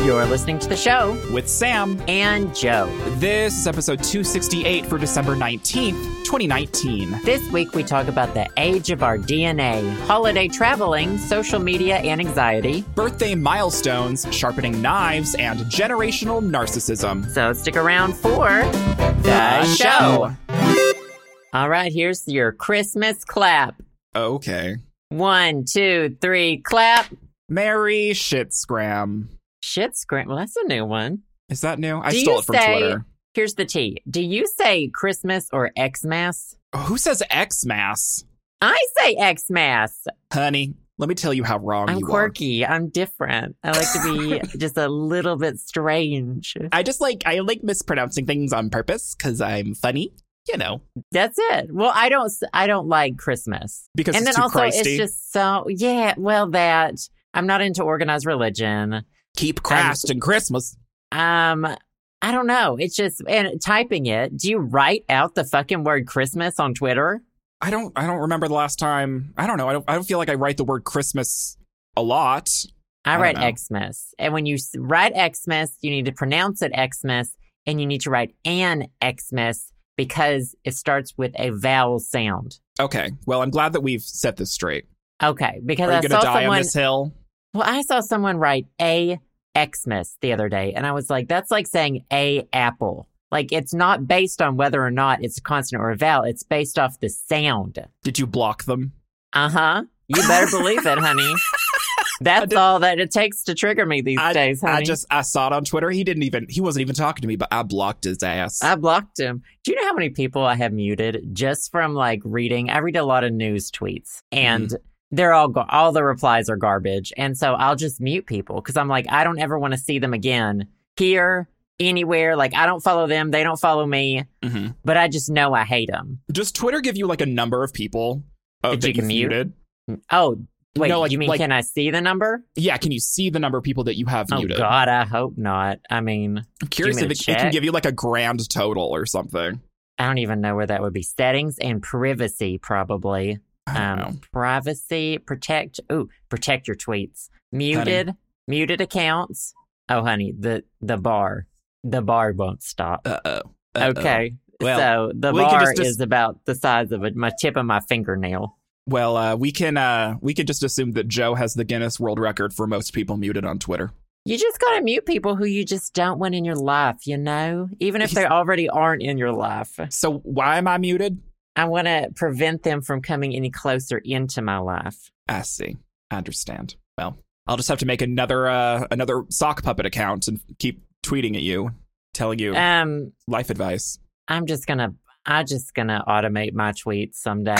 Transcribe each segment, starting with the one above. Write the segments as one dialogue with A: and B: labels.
A: Watch the show
B: with Sam.
A: and Joe.
B: This is episode 268 for December 19th, 2019.
A: This week we talk about the age of our DNA, holiday traveling, social media and anxiety.
B: Birthday milestones, sharpening knives, and generational narcissism.
A: So stick around for the show. All right, here's your Christmas clap.
B: Okay.
A: One, two, three, clap.
B: Merry shit scram.
A: Shit, scram. Well, that's a new one.
B: Is that new? I
A: Do
B: stole
A: you
B: it from
A: say-
B: Twitter.
A: Here's the tea. Do you say Christmas or Xmas?
B: Who says Xmas?
A: I say Xmas.
B: Honey, let me tell you how wrong
A: I'm
B: you
A: quirky. I'm different. I like to be just a little bit strange.
B: are. I just like I like mispronouncing things on purpose because I'm funny, you know,
A: That's it. Well, I don't. s- I don't like Christmas,
B: because
A: and
B: it's
A: then
B: too
A: also
B: Christy.
A: it's just so. Yeah. Well, that I'm not into organized religion.
B: Keep Christ and Christmas.
A: Um, I don't know. It's just and typing it. Do you write out the fucking word Christmas on Twitter?
B: I don't I don't remember the last time. I don't know. I don't I don't feel like I write the word Christmas a lot.
A: I
B: I
A: write
B: don't
A: Xmas, and when you s- write Xmas, you need to pronounce it Xmas, and you need to write an Xmas because it starts with a vowel sound.
B: Okay. Well, I'm glad that we've set this straight.
A: Okay, because
B: Are
A: I
B: you
A: saw
B: gonna die on
A: someone.
B: this hill?
A: Well, I saw someone write a Xmas the other day, and I was like, that's like saying a apple. Like it's not based on whether or not it's a consonant or a vowel. It's based off the sound.
B: Did you block them?
A: Uh huh. You better believe it, honey. That's
B: did-
A: all that it takes to trigger me these days, honey.
B: I just I saw it on Twitter. He didn't even he wasn't even talking to me, but I blocked his ass.
A: I blocked him. Do you know how many people I have muted just from like reading? I read a lot of news tweets and
B: Mm-hmm.
A: they're all, go- all the replies are garbage. And so I'll just mute people because I'm like, I don't ever want to see them again here, anywhere. Like, I don't follow them. They don't follow me,
B: Mhm.
A: but I just know I hate them.
B: Does Twitter give you like a number of people uh,
A: That
B: that,
A: you can
B: you've
A: mute?
B: muted?
A: Oh, wait,
B: No, like-
A: you mean
B: like-
A: can I see the number?
B: Yeah, can you see the number of people that you have
A: Oh,
B: muted?
A: God, I hope not. I mean,
B: I'm curious
A: Do you
B: if
A: mean
B: it,
A: to
B: it can
A: check?
B: give you like a grand total or something.
A: I don't even know where that would be. Settings and privacy, probably.
B: I don't know.
A: um, privacy protect ooh protect your tweets muted muted accounts oh honey the the bar the bar won't stop
B: Uh-oh. Uh-oh.
A: okay
B: Well,
A: so the
B: we can
A: bar
B: just dis-
A: is about the size of a, my tip of my fingernail
B: Well, uh, we can uh, we can just assume that Joe has the Guinness World Record for most people muted on Twitter.
A: you just gotta mute people who you just don't want in your life you know even if they
B: He's-
A: already aren't in your life
B: So why am I muted?
A: i want to prevent them from coming any closer into my life
B: I Ah, see. I understand. Well, I'll just have to make another uh, another sock puppet account and keep tweeting at you, telling you
A: um
B: life advice.
A: I'm just gonna I'm just gonna automate my tweets someday.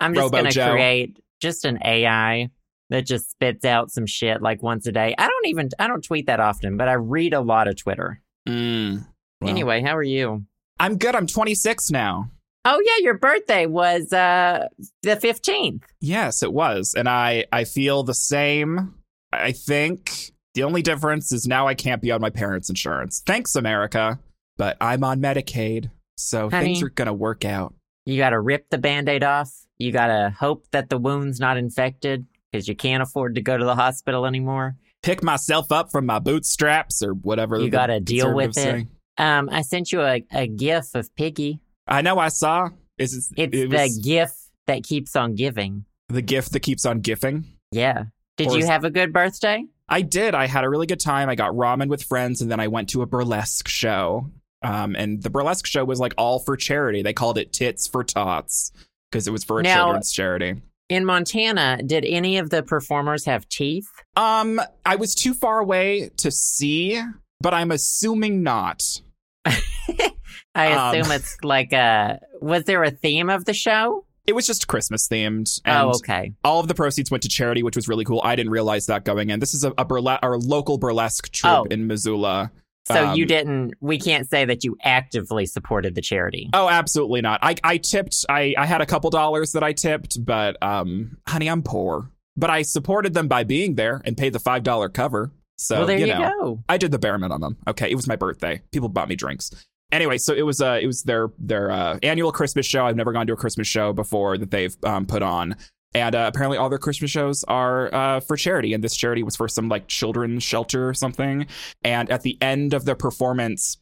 A: I'm just
B: Robo
A: gonna
B: Joe.
A: create just an AI that just spits out some shit like once a day. I don't even I don't tweet that often, but I read a lot of Twitter.
B: Mm. Well,
A: Anyway, how are you?
B: I'm good. I'm 26 now.
A: Oh yeah, your birthday was uh the fifteenth.
B: Yes, it was, and I I feel the same. I think the only difference is now I can't be on my parents' insurance. Thanks, America, but I'm on Medicaid, so things
A: Honey.
B: are gonna work out.
A: You gotta rip the band-aid off. You gotta hope that the wound's not infected because you can't afford to go to the hospital anymore.
B: pick myself up from my bootstraps or whatever.
A: You
B: the
A: gotta deal with
B: conservatives
A: it.
B: say.
A: Um, I sent you a, a gif of Piggy.
B: I know. I saw. Is it,
A: It's
B: it was
A: the gif that keeps on giving.
B: the gift that keeps on gifting.
A: Yeah. Did
B: Or
A: you
B: is-
A: have a good birthday?
B: I did. I had a really good time. I got ramen with friends, and then I went to a burlesque show. Um, and the burlesque show was like all for charity. They called it Tits for Tots because it was for a
A: Now-
B: children's charity.
A: In Montana, did any of the performers have teeth?
B: Um, I was too far away to see, but I'm assuming not.
A: I
B: Um.
A: assume it's like a. Was there a theme of the show?
B: It was just Christmas themed.
A: Oh,
B: and
A: okay.
B: all of the proceeds went to charity, which was really cool. I didn't realize that going in. This is a, a burle- our local burlesque troupe
A: Oh.
B: in Missoula.
A: So you
B: um,
A: didn't. We can't say that you actively supported the charity.
B: Oh, absolutely not. I, I tipped. I, I had a couple dollars that I tipped, but um, honey, I'm poor. But I supported them by being there and paid the five dollar cover. So
A: well, there you,
B: know,
A: go.
B: I did the bare minimum. Okay, it was my birthday. People bought me drinks. Anyway, so it was uh, it was their their uh, annual Christmas show. I've never gone to a Christmas show before that they've um, put on. And uh, apparently, all their Christmas shows are uh, for charity. And this charity was for some like children's shelter or something. And at the end of the performance,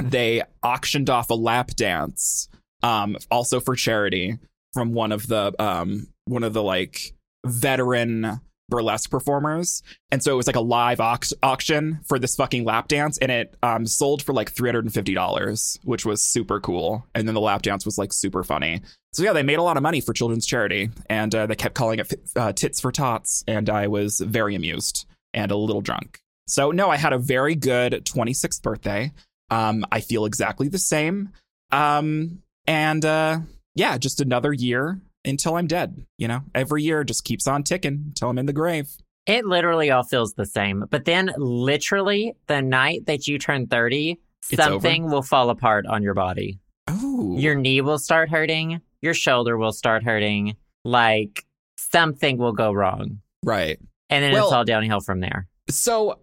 B: they auctioned off a lap dance, um, also for charity, from one of the um, one of the like veteran burlesque performers. And so it was like a live aux- auction for this fucking lap dance, and it um, sold for like three hundred and fifty dollars, which was super cool. And then the lap dance was like super funny. So yeah, they made a lot of money for children's charity, and uh, they kept calling it uh, tits for tots, and I was very amused and a little drunk. So no, I had a very good twenty sixth birthday. Um, I feel exactly the same. Um, and uh, yeah, just another year until I'm dead. You know, every year just keeps on ticking until I'm in the grave.
A: It literally all feels the same. But then, literally, the night that you turn 30,
B: It's over.
A: something will fall apart on your body.
B: Oh,
A: Your knee will start hurting, your shoulder will start hurting, like something will go wrong.
B: right.
A: And then
B: Well-
A: it's all downhill from there.
B: So,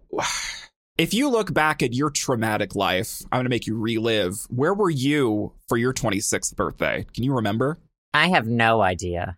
B: if you look back at your traumatic life, I'm going to make you relive. Where were you for your 26th birthday? Can you remember?
A: I have no idea.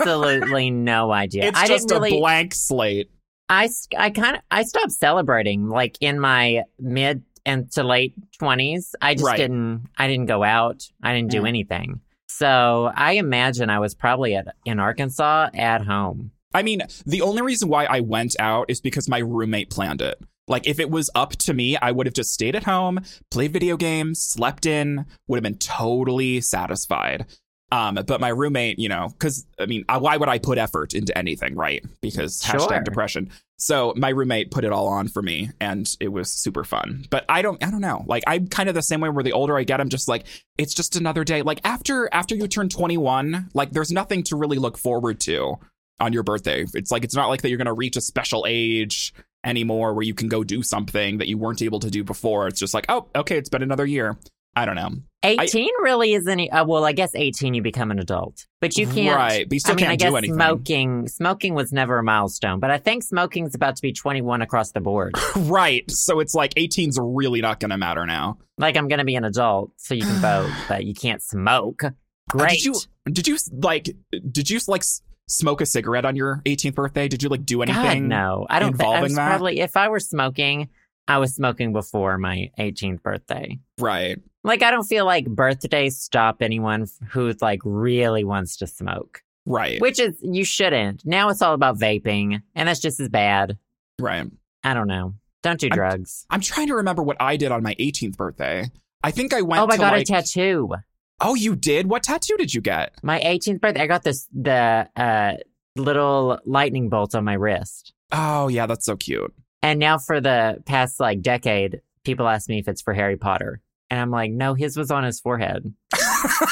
A: Absolutely no idea.
B: It's
A: I
B: just
A: didn't really.
B: a blank slate.
A: I, s- I kind of I stopped celebrating like in my mid and to late twenties. I just
B: Right.
A: didn't I didn't go out. I didn't do
B: Mm.
A: anything. So I imagine I was probably at in Arkansas at home.
B: I mean, the only reason why I went out is because my roommate planned it. Like, if it was up to me, I would have just stayed at home, played video games, slept in, would have been totally satisfied. Um, but my roommate, you know, because I mean, I- why would I put effort into anything, right? Because hashtag
A: Sure.
B: depression. So my roommate put it all on for me, and it was super fun. But I don't, I don't know. Like I'm kind of the same way. Where the older I get, I'm just like, it's just another day. Like after after you turn 21, like there's nothing to really look forward to on your birthday. It's like it's not like that you're going to reach a special age anymore where you can go do something that you weren't able to do before. It's just like, oh, okay, it's been another year. I don't know.
A: Eighteen really isn't. e- Uh, well, I guess eighteen you become an adult, but you can't.
B: Right, but you still
A: I mean,
B: can't
A: I guess
B: do anything.
A: smoking smoking was never a milestone, but I think smoking's about to be twenty one across the board.
B: Right. So it's like 18's really not going to matter now.
A: like I'm gonna be an adult, so you can vote, but you can't smoke. Great.
B: Uh, Did you did you like did you like s- smoke a cigarette on your 18th birthday? Did you like do
A: God,
B: anything?
A: no. I don't think I
B: involving
A: was
B: that?
A: probably if I were smoking, I was smoking before my 18th birthday.
B: Right.
A: Like I don't feel like birthdays stop anyone f- who like really wants to smoke,
B: Right.
A: which is you shouldn't. Now it's all about vaping, and that's just as bad.
B: Right.
A: I don't know. Don't do
B: I'm-
A: drugs.
B: I'm trying to remember what I did on my 18th birthday. I think I went
A: Oh, I
B: to
A: got
B: like
A: a tattoo.
B: Oh, you did? What tattoo did you get?
A: My 18th birthday, I got this the uh, little lightning bolt on my wrist.
B: Oh, yeah, that's so cute.
A: And now for the past like decade, people ask me if it's for Harry Potter. And I'm like, no, his was on his forehead.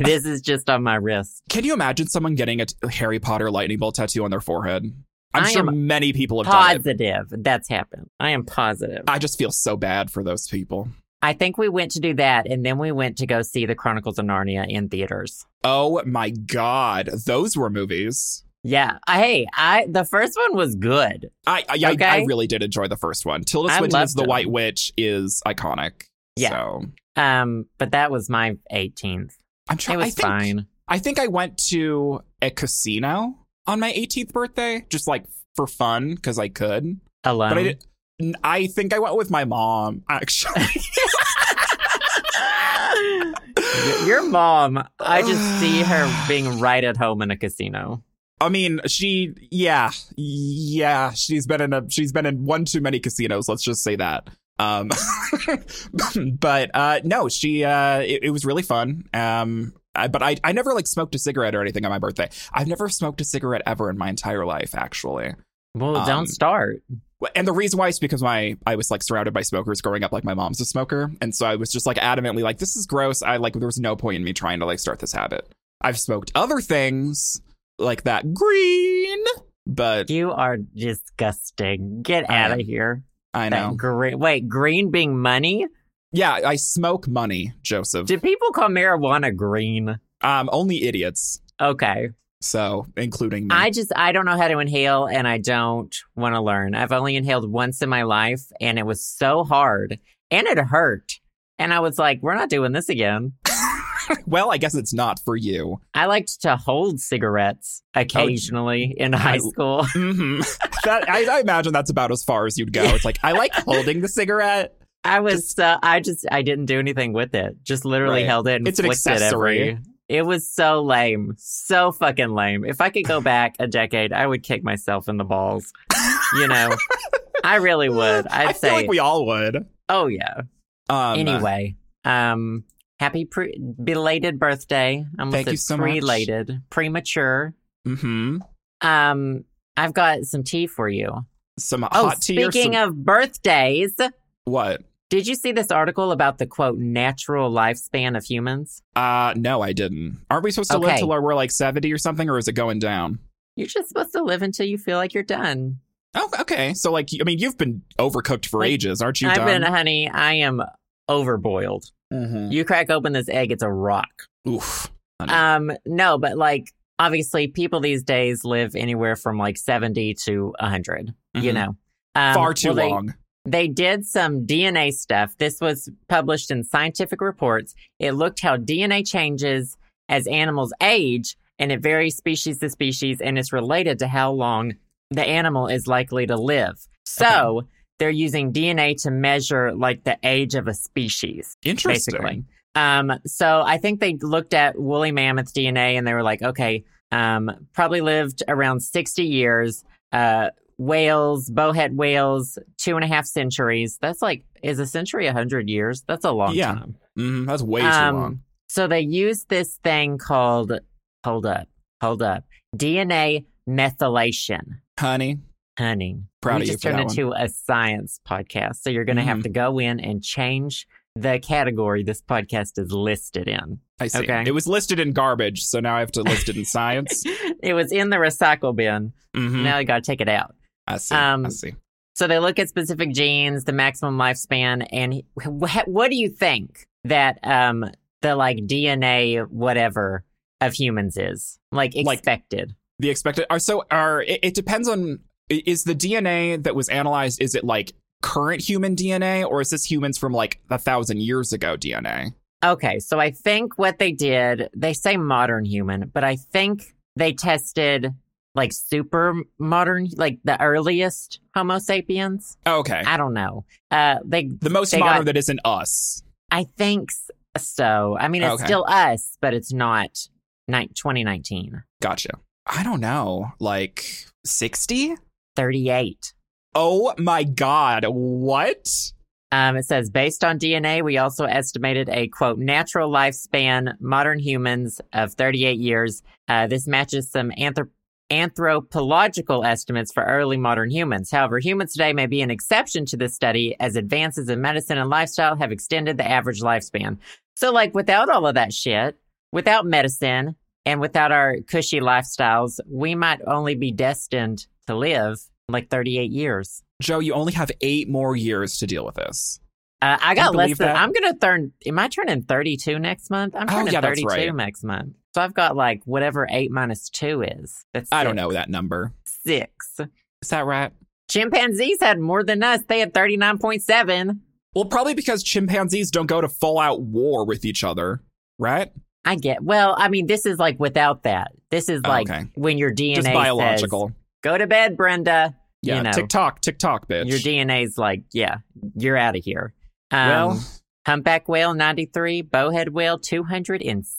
A: this is just on my wrist.
B: Can you imagine someone getting a t- Harry Potter lightning bolt tattoo on their forehead? I'm
A: I
B: sure
A: am
B: many people have done it.
A: Positive. That's happened. I am positive.
B: I just feel so bad for those people.
A: I think we went to do that and then we went to go see the Chronicles of Narnia in theaters.
B: Oh my god, those were movies.
A: Yeah. Hey, I the first one was good.
B: I I, I-
A: Okay.
B: I really did enjoy the first one. Tilda
A: I
B: Swinton's
A: loved
B: The
A: them.
B: White Witch is iconic.
A: Yeah.
B: So
A: Um, but that was my 18th.
B: I'm
A: It
B: trying.
A: was
B: I think
A: fine.
B: I think I went to a casino on my 18th birthday, just like for fun because I could.
A: Alone.
B: But I did. n- I think I went with my mom actually.
A: Y- Your mom, I just see her being right at home in a casino.
B: I mean, she, yeah, yeah, she's been in a, she's been in one too many casinos. Let's just say that. Um, but uh, no, she, uh, it, it was really fun. Um, I, but I, I never like smoked a cigarette or anything on my birthday. I've never smoked a cigarette ever in my entire life, actually.
A: Well,
B: Um,
A: don't start.
B: And the reason why is because my, I was like surrounded by smokers growing up. Like my mom's a smoker, and so I was just like adamantly like, this is gross. I like there was no point in me trying to like start this habit. I've smoked other things like that green, but
A: You are disgusting. Get
B: I
A: out
B: am.
A: of here.
B: I
A: That
B: know.
A: green, wait, green being money?
B: Yeah, I smoke money, Joseph.
A: Do people call marijuana green?
B: Um, only idiots.
A: Okay.
B: So, including me.
A: I just, I don't know how to inhale and I don't want to learn. I've only inhaled once in my life and it was so hard and it hurt. And I was like, we're not doing this again.
B: well, I guess it's not for you.
A: I liked to hold cigarettes occasionally in high
B: Oh, I-
A: school.
B: hmm That I, I imagine that's about as far as you'd go. It's like I like holding the cigarette.
A: I was so I just I didn't do anything with it. Just literally
B: Right.
A: held it and
B: It's an
A: flicked it every-
B: accessory.
A: It was so lame, so fucking lame. If I could go back a decade, I would kick myself in the balls. You know, I really would. I'd
B: I
A: say,
B: feel like we all would.
A: oh yeah.
B: Um,
A: anyway, um, happy pre- belated birthday. I almost
B: Thank
A: said
B: you so much.
A: prelated, premature.
B: hmm
A: Um, I've got some tea for you.
B: Some
A: Oh,
B: hot tea. or
A: speaking
B: some,
A: of birthdays,
B: what?
A: did you see this article about the quote natural lifespan of humans?
B: Uh, no, I didn't. Aren't we supposed to live
A: Okay.
B: till we're like seventy or something, or is it going down?
A: You're just supposed to live until you feel like you're done.
B: Oh, okay. So, like, I mean, you've been overcooked for
A: Like,
B: ages, aren't you?
A: I've been,
B: done?
A: honey, I am overboiled. You crack open this egg, it's a rock.
B: Oof. Honey.
A: Um, no, but like obviously, people these days live anywhere from like 70 to 100. You
B: Mhm.
A: know, um,
B: Far too
A: well, they-
B: long.
A: They did some DNA stuff. This was published in Scientific Reports. It looked how DNA changes as animals age, and it varies species to species, and it's related to how long the animal is likely to live. So they're using DNA to measure like the age of a species,
B: Interesting.
A: basically. Um, so I think they looked at woolly mammoth DNA and they were like, okay, um, probably lived around 60 years. Uh, whales, bowhead whales, two and a half centuries. That's like, is a century a hundred years? That's a long
B: Yeah.
A: time.
B: Mhm, That's way
A: Um,
B: too long.
A: So they used this thing called, hold up, hold up, DNA methylation.
B: Honey,
A: Honey,
B: Proud
A: we
B: of you
A: just
B: for
A: turned
B: that one.
A: into a science podcast, so you're going to have
B: Mhm.
A: to go in and change the category this podcast is listed in.
B: I see.
A: okay.
B: It was listed in garbage, so now I have to list it in science.
A: It was in the recycle bin.
B: Mhm,
A: Now you got to take it out.
B: I see. I
A: um,
B: see.
A: So they look at specific genes, the maximum lifespan, and he- wh- what do you think that um the like DNA whatever of humans is like
B: Like-
A: expected?
B: The expected are so are. It, it depends on. i- Is the DNA that was analyzed? Is it like current human DNA, or is this humans from like a thousand years ago DNA?
A: okay, so I think what they did, they say modern human, but I think they tested like super modern, like the earliest Homo sapiens.
B: Okay.
A: I don't know. Uh, they
B: the most
A: they
B: modern
A: got-
B: that isn't us.
A: I think s- so. I mean, it's
B: Okay.
A: still us, but it's not ni- 2019.
B: Gotcha. I don't know. Like sixty.
A: 38.
B: Oh my god. What?
A: Um, it says based on DNA, we also estimated a quote natural lifespan modern humans of 38 years. Uh, this matches some anthrop- anthropological estimates for early modern humans. However, humans today may be an exception to this study as advances in medicine and lifestyle have extended the average lifespan. So, like, without all of that shit, without medicine, and without our cushy lifestyles, we might only be destined to live like 38 years.
B: Joe, you only have eight more years to deal with this.
A: Uh, I got less
B: believe
A: than.
B: that.
A: I'm gonna turn. Am I turning 32 next month? I'm
B: Oh,
A: turning
B: yeah, that's
A: 32
B: right.
A: next month. So I've got like whatever eight minus two is. That's
B: I don't
A: six-
B: know that number.
A: Six.
B: Is that right?
A: Chimpanzees had more than us. They had 39.7.
B: Well, probably because chimpanzees don't go to full out war with each other, right?
A: I get. Well, I mean, this is like without that. This is
B: Oh,
A: like
B: okay.
A: when your DNA
B: Just
A: says,
B: biological.
A: Go to bed, Brenda.
B: yeah,
A: you know.
B: TikTok, TikTok, bitch.
A: Your DNA's like, yeah, you're out of here. Um,
B: well,
A: humpback whale 93, bowhead whale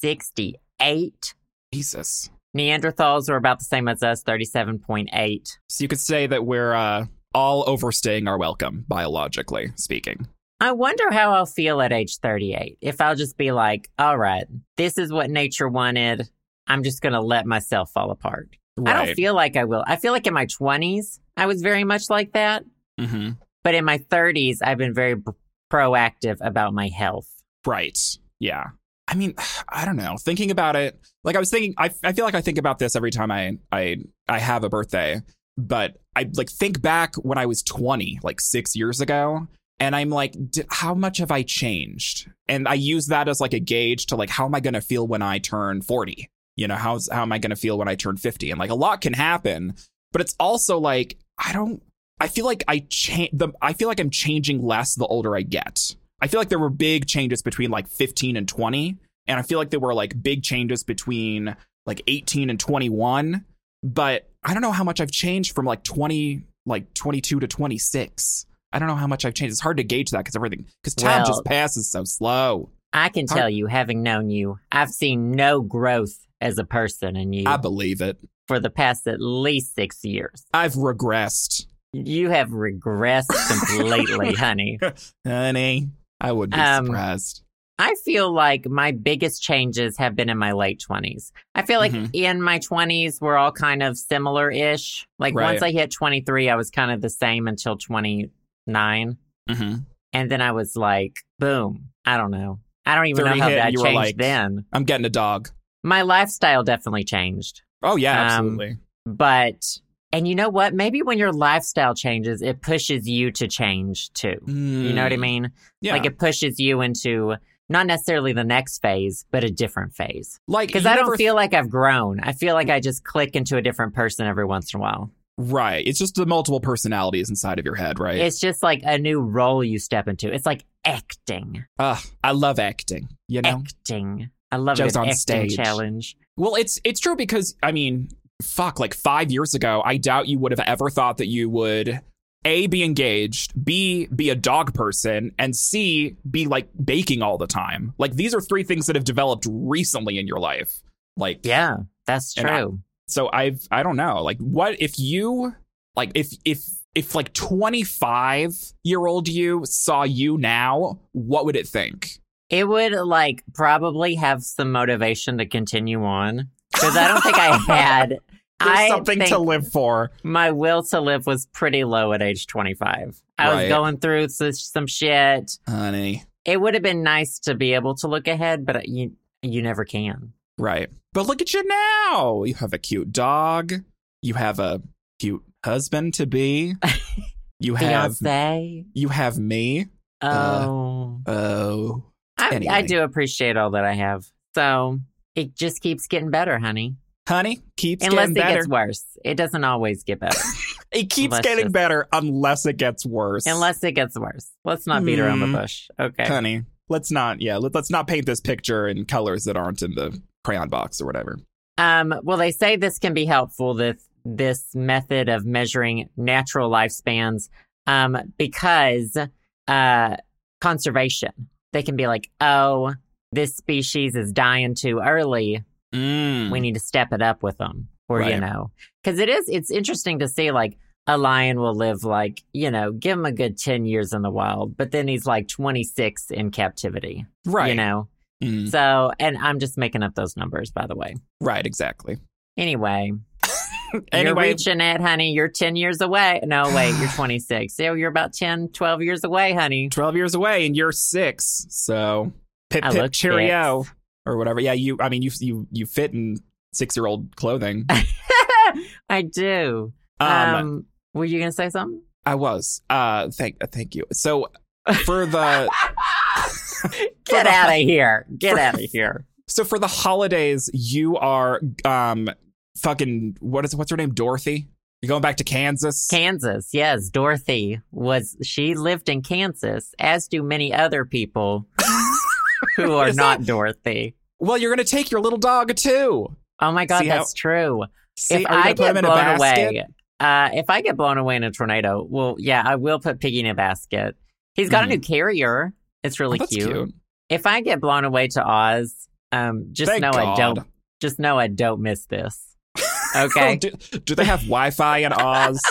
A: 268.
B: Jesus.
A: Neanderthals were about the same as us, 37.8.
B: So you could say that we're uh, all overstaying our welcome, biologically speaking.
A: I wonder how I'll feel at age 38. If I'll just be like, all right, this is what nature wanted. I'm just going to let myself fall apart.
B: Right.
A: I don't feel like I will. I feel like in my 20s, I was very much like that.
B: hmm
A: But in my 30s, I've been very b- proactive about my health.
B: Right. Yeah. I mean, I don't know. Thinking about it, like I was thinking, I, I feel like I think about this every time I, I, I have a birthday, but I like think back when I was 20, like six years ago, and I'm like, D- how much have I changed? And I use that as like a gauge to like, how am I going to feel when I turn 40? You know, how's, how am I going to feel when I turn 50? And like a lot can happen, but it's also like, I don't, I feel like I change the, I feel like I'm changing less the older I get. I feel like there were big changes between like 15 and 20. And I feel like there were like big changes between like 18 and 21, but I don't know how much I've changed from like 20 like 22 to 26. I don't know how much I've changed. It's hard to gauge that cuz everything cuz time
A: Well-
B: just passes so slow.
A: I can
B: Are-
A: tell you, having known you, I've seen no growth as a person in you
B: I believe it.
A: for the past at least six years.
B: I've regressed.
A: You have regressed completely, honey.
B: Honey, I would be
A: Um,
B: surprised.
A: I feel like my biggest changes have been in my late 20s. I feel like
B: Mhm.
A: in my 20s, we're all kind of similar ish. Like
B: Right.
A: once I hit 23, I was kind of the same until 29.
B: Mm-hmm.
A: And then I was like, boom, I don't know. I don't even know
B: 30
A: how
B: hit,
A: that
B: you
A: changed
B: were like-
A: then.
B: I'm getting a dog.
A: My lifestyle definitely changed.
B: Oh yeah,
A: Um,
B: absolutely.
A: But, and you know what? Maybe when your lifestyle changes, it pushes you to change too. You know what I
B: Mm,
A: mean?
B: Yeah.
A: Like it pushes you into not necessarily the next phase, but a different phase.
B: like
A: Because
B: you
A: I don't
B: never-
A: feel like I've grown. I feel like I just click into a different person every once in a while.
B: right. It's just the multiple personalities inside of your head, right?
A: It's just like a new role you step into. It's like acting.
B: Ugh, I love acting. You know,
A: Acting. I love
B: Joe's
A: it.
B: on
A: Acting
B: stage.
A: challenge.
B: well, it's it's true because I mean, fuck, like five years ago, I doubt you would have ever thought that you would a be engaged, b be a dog person, and c be like baking all the time. Like these are three things that have developed recently in your life. Like
A: Yeah, that's
B: And I-
A: true.
B: so i've i don't know like what if you like if if if like 25 year old you saw you now what would it think
A: It would like probably have some motivation to continue on because I don't think I had.
B: there's
A: I
B: something
A: think
B: to live for
A: my will to live was pretty low at age 25. I
B: Right.
A: was going through s- some shit.
B: honey
A: It would have been nice to be able to look ahead, but uh, you you never can.
B: right but look at you now you have a cute dog you have a cute husband to be you have
A: Fiance.
B: you have me Uh,
A: Oh,
B: oh
A: I, I
B: anyway.
A: do appreciate all that I have. So it just keeps getting better, honey.
B: honey keeps
A: Unless
B: getting
A: it
B: better
A: gets worse, it doesn't always get better.
B: it keeps
A: Unless
B: getting
A: it's-
B: better unless it gets worse
A: Unless it gets worse. Let's not beat around the
B: Hmm.
A: bush. Okay.
B: honey let's not yeah let, let's not paint this picture in colors that aren't in the crayon box or whatever
A: Um, well, they say this can be helpful, this, this method of measuring natural lifespans, um, because uh, conservation. They can be like, oh, this species is dying too early. We need to step it up with them. Or,
B: Mm. Right.
A: you know, because it is, it's interesting to see like a lion will live like, you know, give him a good 10 years in the wild, but then he's like 26 in captivity,
B: right
A: you know?
B: Mm,
A: So, and I'm just making up those numbers, by the way.
B: right exactly
A: Anyway.
B: anyway
A: You're reaching it, honey. You're 10 years away. No, wait, you're 26. So you're about 10, 12 years away, honey.
B: 12 years away and you're six so pip
A: I
B: pip
A: look
B: cheerio or whatever yeah you i mean you you you fit in six year old clothing um,
A: I do. Um, were you going to say something?
B: i was uh thank thank you so for the
A: Get out of here. Get out of here.
B: so for the holidays you are um fucking what is what's her name dorothy you're going back to kansas
A: Kansas. Yes, Dorothy was, she lived in Kansas, as do many other people who are
B: Is
A: not
B: that-
A: Dorothy.
B: Well, you're gonna take your little dog too.
A: Oh my God,
B: See how-
A: that's true.
B: See,
A: if
B: are we gonna
A: I
B: put him
A: get
B: in a
A: blown
B: basket?
A: away, uh, if I get blown away in a tornado, well, yeah, I will put Piggy in a basket. He's got
B: Mhm.
A: a new carrier. It's
B: Oh,
A: really
B: that's cute.
A: If I get blown away to Oz, um, just
B: Thank
A: know I
B: God.
A: don't. Just know I don't miss this. Okay.
B: do, do they have Wi-Fi in Oz?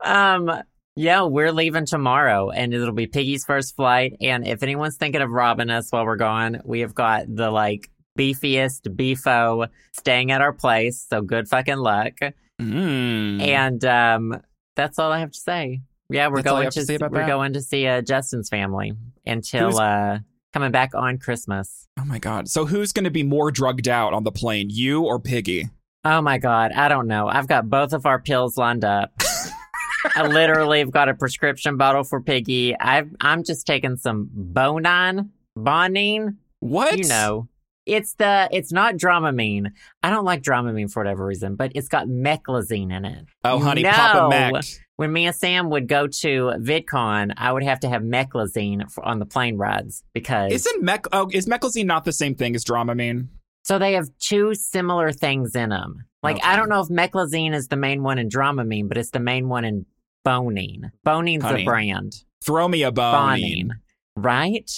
A: um. Yeah, we're leaving tomorrow, and it'll be Piggy's first flight. And if anyone's thinking of robbing us while we're gone, we have got the like beefiest beefo staying at our place. So good fucking luck.
B: Mm.
A: And um, that's all I have to say. Yeah, we're
B: That's all you
A: going
B: have
A: to,
B: to say about
A: we're
B: that?
A: going to see uh, Justin's family until
B: Who's-
A: uh, coming back on Christmas.
B: oh my God! So who's gonna be more drugged out on the plane, you or Piggy?
A: Oh my God, I don't know. I've got both of our pills lined up. I literally have got a prescription bottle for Piggy. I've, I'm just taking some Bonine, Bonine.
B: What?
A: You know, it's the it's not Dramamine. I don't like Dramamine for whatever reason, but it's got meclizine in it.
B: Oh,
A: you
B: honey,
A: know.
B: Papa Mac.
A: when me and Sam would go to VidCon, I would have to have Meclizine for, on the plane rides because
B: Isn't Mech? Oh, is Meclizine not the same thing as Dramamine?
A: so they have two similar things in them. Like I
B: Okay.
A: don't know if Meclizine is the main one in Dramamine, but it's the main one in Bonine. Bonine's a
B: Honey.
A: brand.
B: Throw me a bone.
A: Bonine, right?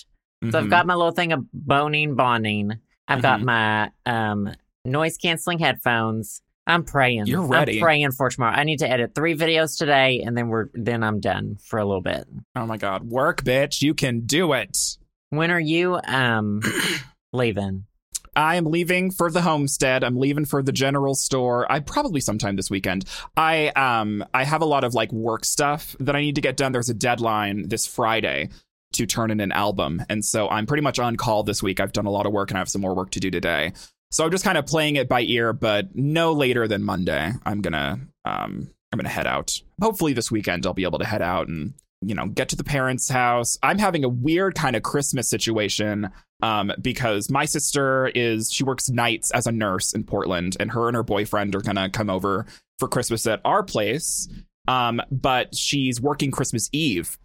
A: So I've
B: Mhm.
A: got my little thing of boning, bonding. I've got
B: Mhm.
A: my um, noise canceling headphones. I'm praying.
B: You're ready.
A: I'm praying for tomorrow. I need to edit three videos today, and then we're then I'm done for a little bit.
B: Oh my god, work, bitch! You can do it.
A: When are you um leaving?
B: I am leaving for the homestead. I'm leaving for the general store. I probably sometime this weekend. I um I have a lot of like work stuff that I need to get done. There's a deadline this Friday to turn in an album. And so I'm pretty much on call this week. I've done a lot of work and I have some more work to do today. So I'm just kind of playing it by ear, but no later than Monday. I'm going to um I'm going to head out. Hopefully this weekend I'll be able to head out and you know, get to the parents' house. I'm having a weird kind of Christmas situation um, because my sister is she works nights as a nurse in Portland, and her and her boyfriend are gonna come over for Christmas at our place. Um, but she's working Christmas Eve,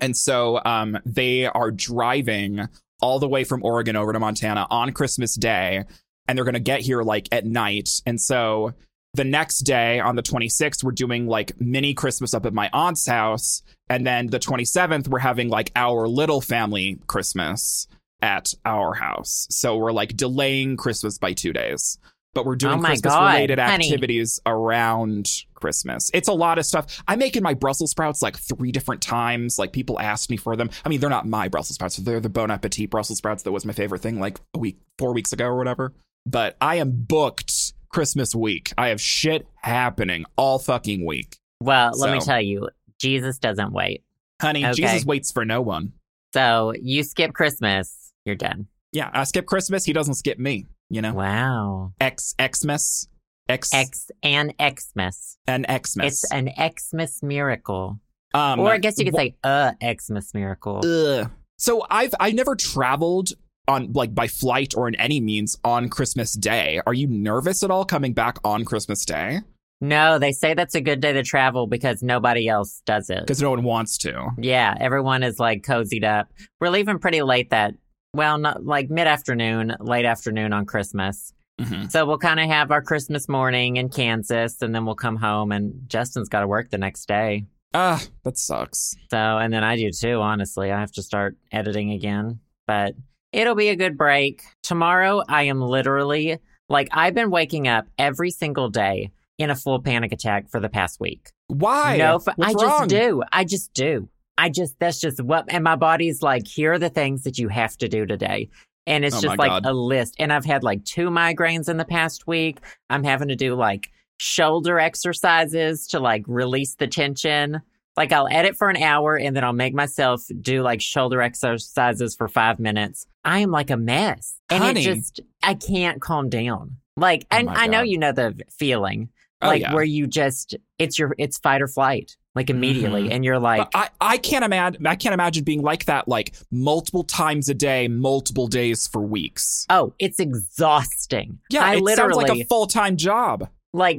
B: and so um, they are driving all the way from Oregon over to Montana on Christmas Day, and they're gonna get here like at night, and so. The next day on the 26th, we're doing like mini Christmas up at my aunt's house. And then the 27th, we're having like our little family Christmas at our house. So we're like delaying Christmas by two days. But we're doing
A: Oh my
B: Christmas
A: God,
B: related
A: honey.
B: activities around Christmas. It's a lot of stuff. I'm making my Brussels sprouts like three different times. Like people asked me for them. I mean, they're not my Brussels sprouts. They're the Bon Appetit Brussels sprouts that was my favorite thing like a week, four weeks ago or whatever. But I am booked Christmas week. I have shit happening all fucking week.
A: Well, let me
B: So.
A: tell you, Jesus doesn't wait.
B: Honey,
A: Okay.
B: Jesus waits for no one.
A: So you skip Christmas, you're done.
B: Yeah, I skip Christmas. He doesn't skip me, you know?
A: Wow.
B: X Xmas. X,
A: X and Xmas.
B: an Xmas.
A: It's an Xmas miracle.
B: um,
A: or I guess you could say a Xmas miracle.
B: Ugh. So I've I've never traveled on like by flight or in any means on Christmas Day. Are you nervous at all coming back on Christmas Day?
A: No, they say that's a good day to travel because nobody else does it.
B: Because no one wants to.
A: Yeah, everyone is like cozied up. We're leaving pretty late that, well, not like mid afternoon, late afternoon on Christmas.
B: Mhm.
A: So we'll kind of have our Christmas morning in Kansas and then we'll come home and Justin's got to work the next day.
B: Ah, that sucks.
A: So, and then I do too, honestly. I have to start editing again, but it'll be a good break. Tomorrow, I am literally like, I've been waking up every single day in a full panic attack for the past week.
B: Why?
A: No, f-
B: What's
A: I just
B: wrong?
A: do. I just do. I just that's just what and my body's like here are the things that you have to do today. And it's
B: Oh
A: just
B: my
A: like
B: God.
A: a list. And I've had like two migraines in the past week. I'm having to do like shoulder exercises to like release the tension. Like I'll edit for an hour and then I'll make myself do like shoulder exercises for 5 minutes. I am like a mess. And
B: Honey.
A: it just I can't calm down. Like
B: Oh
A: and
B: my
A: I know
B: God.
A: you know the feeling
B: Oh,
A: like
B: yeah. Mm-hmm.
A: where you just it's your it's fight or flight like immediately and you're like
B: But I, I can't imagine I can't imagine being like that like multiple times a day, multiple days for weeks.
A: oh it's exhausting
B: Yeah,
A: i
B: it
A: literally
B: sounds like a
A: like,
B: full time job.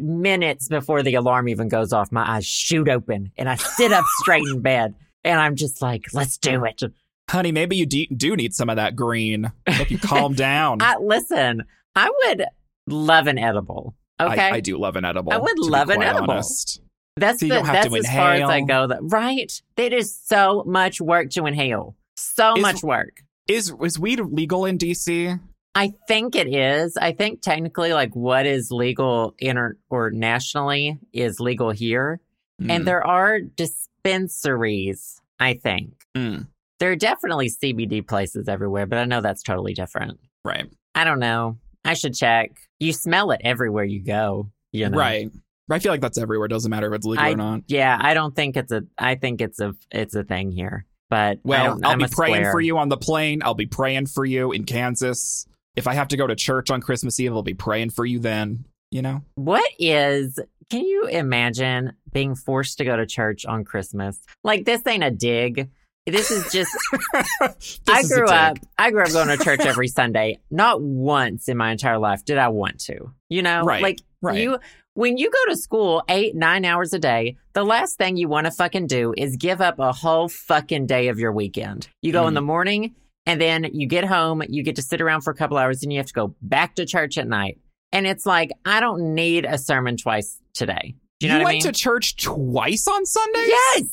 A: minutes before the alarm even goes off my eyes shoot open and i sit up straight in bed and i'm just like let's do it
B: Honey, maybe you de- do need some of that green. Hope you calm down.
A: i listen i would love an edible okay
B: I, I do love an edible.
A: I would
B: to be
A: love an
B: quite
A: edible.
B: honest.
A: that's
B: so you
A: the,
B: don't have
A: that's
B: to
A: as far as i go
B: inhale.
A: that, right it is so much work to inhale so
B: Is-
A: much work
B: Is is weed legal in DC?
A: I think it is. I think technically, like what is legal inter or nationally is legal here,
B: Mm,
A: and there are dispensaries. I think
B: Mm,
A: there are definitely CBD places everywhere, but I know that's totally different.
B: right,
A: I don't know. I should check. You smell it everywhere you go. You know,
B: right. I feel like that's everywhere. Doesn't matter if it's legal or not.
A: Yeah, I don't think it's a. I think it's a. It's a thing here. But I
B: Well,
A: don't-
B: I'll
A: I'm
B: be
A: a
B: praying
A: square.
B: for you on the plane. I'll be praying for you in Kansas. If I have to go to church on Christmas Eve, I'll be praying for you then. You know,
A: What is, can you imagine being forced to go to church on Christmas? Like, this ain't a dig. This is just,
B: This
A: I
B: is a
A: grew
B: dig.
A: up, I grew up going to church every Sunday. Not once in my entire life did I want to, you know?
B: Right,
A: Like,
B: Right.
A: you, When you go to school eight, nine hours a day, the last thing you want to fucking do is give up a whole fucking day of your weekend. You go in
B: Mhm.
A: the morning and then you get home, you get to sit around for a couple hours, and you have to go back to church at night. And it's like, I don't need a sermon twice today. Do you know what I
B: went
A: mean?
B: to church twice on Sundays?
A: Yes.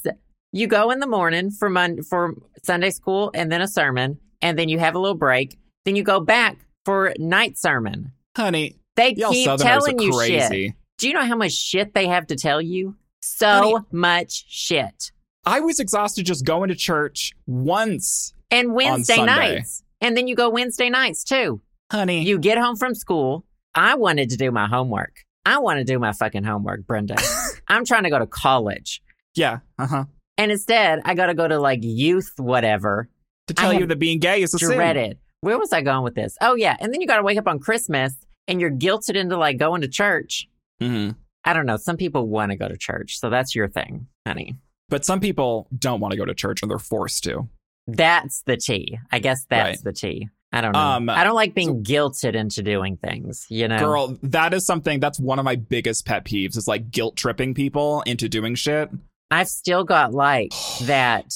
A: You go in the morning for mon- for Sunday school and then a sermon, and then you have a little break. Then you go back for night sermon.
B: Honey,
A: They
B: y'all
A: keep
B: Southerners
A: telling
B: are
A: you shit.
B: crazy.
A: Do you know how much shit they have to tell you? So
B: Honey-
A: much shit.
B: I was exhausted just going to church once.
A: And Wednesday
B: Sunday.
A: nights. And then you go Wednesday nights too.
B: Honey,
A: You get home from school. I wanted to do my homework. I want to do my fucking homework, Brenda. I'm trying to go to college.
B: yeah, uh huh.
A: And instead, I got to go to like youth whatever.
B: To
A: I
B: tell you
A: have
B: that being gay is a sin.
A: dreaded. Where was I going with this? Oh yeah, and then you got to wake up on Christmas and you're guilted into like going to church.
B: Mhm.
A: I don't know. Some people want to go to church, so that's your thing, honey.
B: But some people don't want to go to church and they're forced to.
A: That's the tea. I guess that's the tea. I don't know.
B: Um,
A: I don't like being guilted into doing things. You know,
B: Girl, that is something that's one of my biggest pet peeves is like guilt tripping people into doing shit.
A: I've still got like that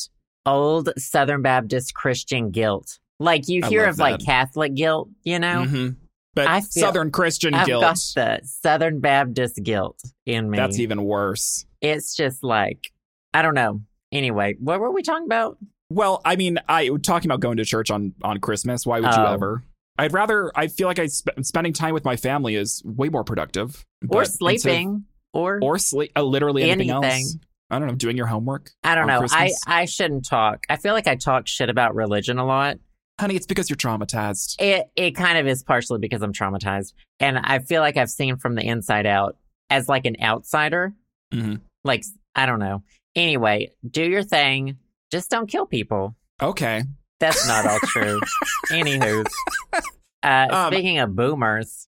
A: old Southern Baptist Christian guilt. Like you
B: I
A: hear
B: love
A: of like
B: that.
A: Catholic guilt, you know.
B: hmm But
A: I feel-
B: Southern Christian
A: I've got
B: guilt,
A: the Southern Baptist guilt in me.
B: that's e even worse.
A: it's just like I don't know. Anyway, what were we talking about?
B: Well, I mean, I talking about going to church on on Christmas. Why would you
A: Oh.
B: ever? I'd rather. I feel like I sp- spending time with my family is way more productive. But
A: Or
B: instead of-
A: sleeping, or,
B: or sleep. Uh, literally anything, else.
A: Anything.
B: I don't know. Doing your homework,
A: I don't
B: on
A: know.
B: Christmas.
A: I I shouldn't talk. I feel like I talk shit about religion a lot.
B: honey. It's because you're traumatized.
A: It it kind of is partially because I'm traumatized, and I feel like I've seen from the inside out as like an outsider.
B: Mhm.
A: Like I don't know. Anyway, do your thing. Just don't kill people.
B: Okay.
A: That's not all true. Anywho, uh,
B: Um,
A: speaking of boomers,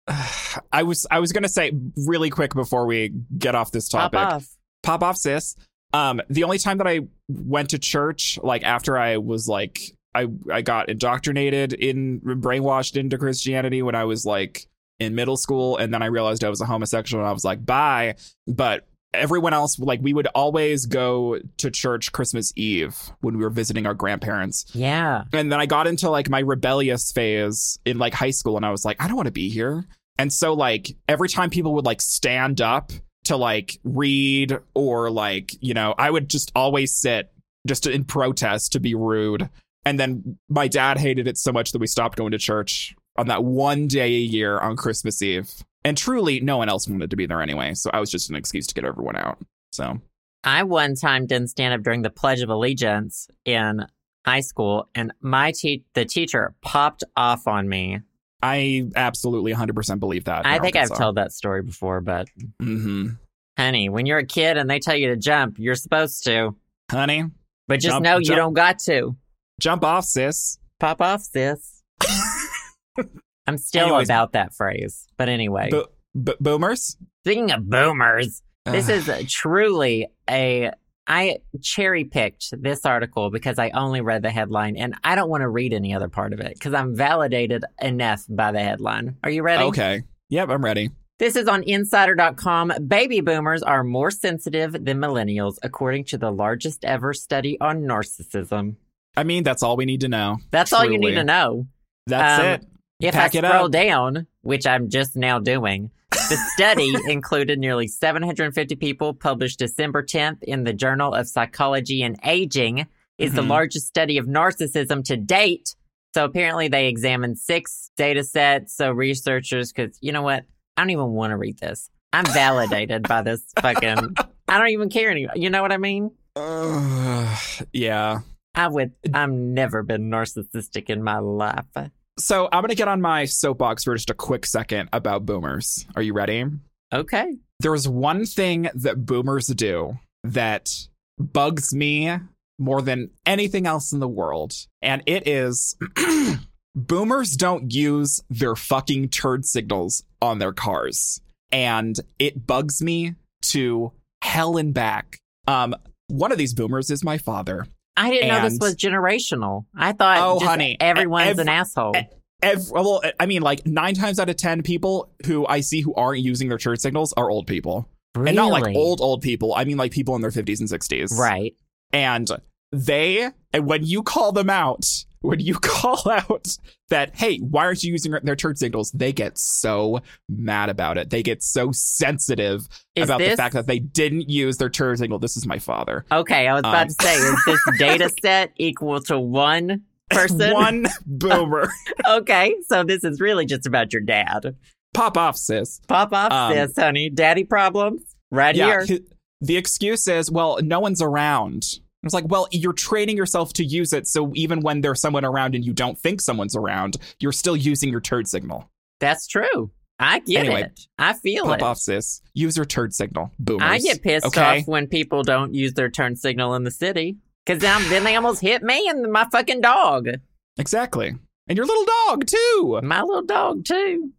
B: I was I was gonna say really quick before we get off this topic.
A: pop off.
B: pop off sis um the only time that i went to church like after i was like i i got indoctrinated in brainwashed into christianity when i was like in middle school and then i realized i was a homosexual and i was like bye but everyone else like we would always go to church christmas eve when we were visiting our grandparents
A: Yeah.
B: and then I got into like my rebellious phase in like high school and I was like, I don't want to be here. And so like every time people would like stand up to like read or like, you know, I would just always sit just in protest to be rude. And then my dad hated it so much that we stopped going to church on that one day a year on Christmas Eve. And truly no one else wanted to be there anyway. So I was just an excuse to get everyone out. So
A: I one time didn't stand up during the Pledge of Allegiance in high school, and my te- the teacher popped off on me.
B: I absolutely 100% believe that.
A: I think I've told that story before, but
B: hmm
A: honey, when you're a kid and they tell you to jump, you're supposed to,
B: Honey,
A: but just
B: Jump-
A: know you
B: jump.
A: don't got to.
B: jump off, sis.
A: Pop off, sis. I'm still
B: Anyways.
A: about that phrase, but anyway.
B: Bo- bo- boomers. Uh,
A: Speaking of boomers, This
B: Ugh.
A: is truly a. I cherry picked this article because I only read the headline and I don't want to read any other part of it because I'm validated enough by the headline. Are you ready?
B: okay. Yep, I'm ready.
A: This is on insider.com. Baby boomers are more sensitive than millennials, according to the largest ever study on narcissism.
B: I mean, that's all we need to know.
A: That's all you need
B: Truly.
A: to know.
B: That's
A: Um,
B: it.
A: If
B: Pack
A: I
B: it
A: scroll
B: up.
A: down, which I'm just now doing, the study included nearly 750 people published December 10th in the Journal of Psychology and Aging is the
B: Mhm.
A: largest study of narcissism to date. So apparently they examined six data sets. So researchers could, you know what? I don't even want to read this. I'm validated by this fucking, I don't even care anymore. You know what I mean? Um,
B: Ugh, yeah.
A: I would, I've never been narcissistic in my life.
B: So I'm gonna get on my soapbox for just a quick second about boomers. Are you ready?
A: Okay.
B: There's one thing that boomers do that bugs me more than anything else in the world, and it is boomers don't use their fucking turd signals on their cars. And it bugs me to hell and back. Um, one of these boomers is my father.
A: I didn't know this
B: And-
A: was generational. I thought
B: Oh,
A: just
B: honey.
A: everyone's
B: Ev-
A: an asshole.
B: e- ev- well, I mean, like nine times out of ten people who I see who aren't using their turn signals are old people, and not like
A: Really?
B: old old people. I mean, like people in their fifties and sixties,
A: Right.
B: And they, and when you call them out, when you call out that, hey, why aren't you using their turn signals? They get so mad about it. They get so sensitive
A: Is
B: about the
A: this-
B: fact that they didn't use their turn signal. This is my father.
A: Okay, I was about
B: Um,
A: to say, is this data set equal to one person?
B: One boomer.
A: Okay, so this is really just about your dad.
B: Pop off, sis.
A: Pop off
B: Um,
A: sis, honey. Daddy problems right here.
B: hi- The excuse is, well, no one's around. It's like, well, you're training yourself to use it, so even when there's someone around and you don't think someone's around, you're still using your turd signal.
A: That's true. I get
B: Anyway,
A: it. I feel
B: Pop
A: it.
B: off, sis. Use your turd signal. Boomers.
A: I get pissed
B: Okay.
A: off when people don't use their turn signal in the city. Cause then, then they almost hit me and my fucking dog,
B: exactly. And your little dog too.
A: my little dog too.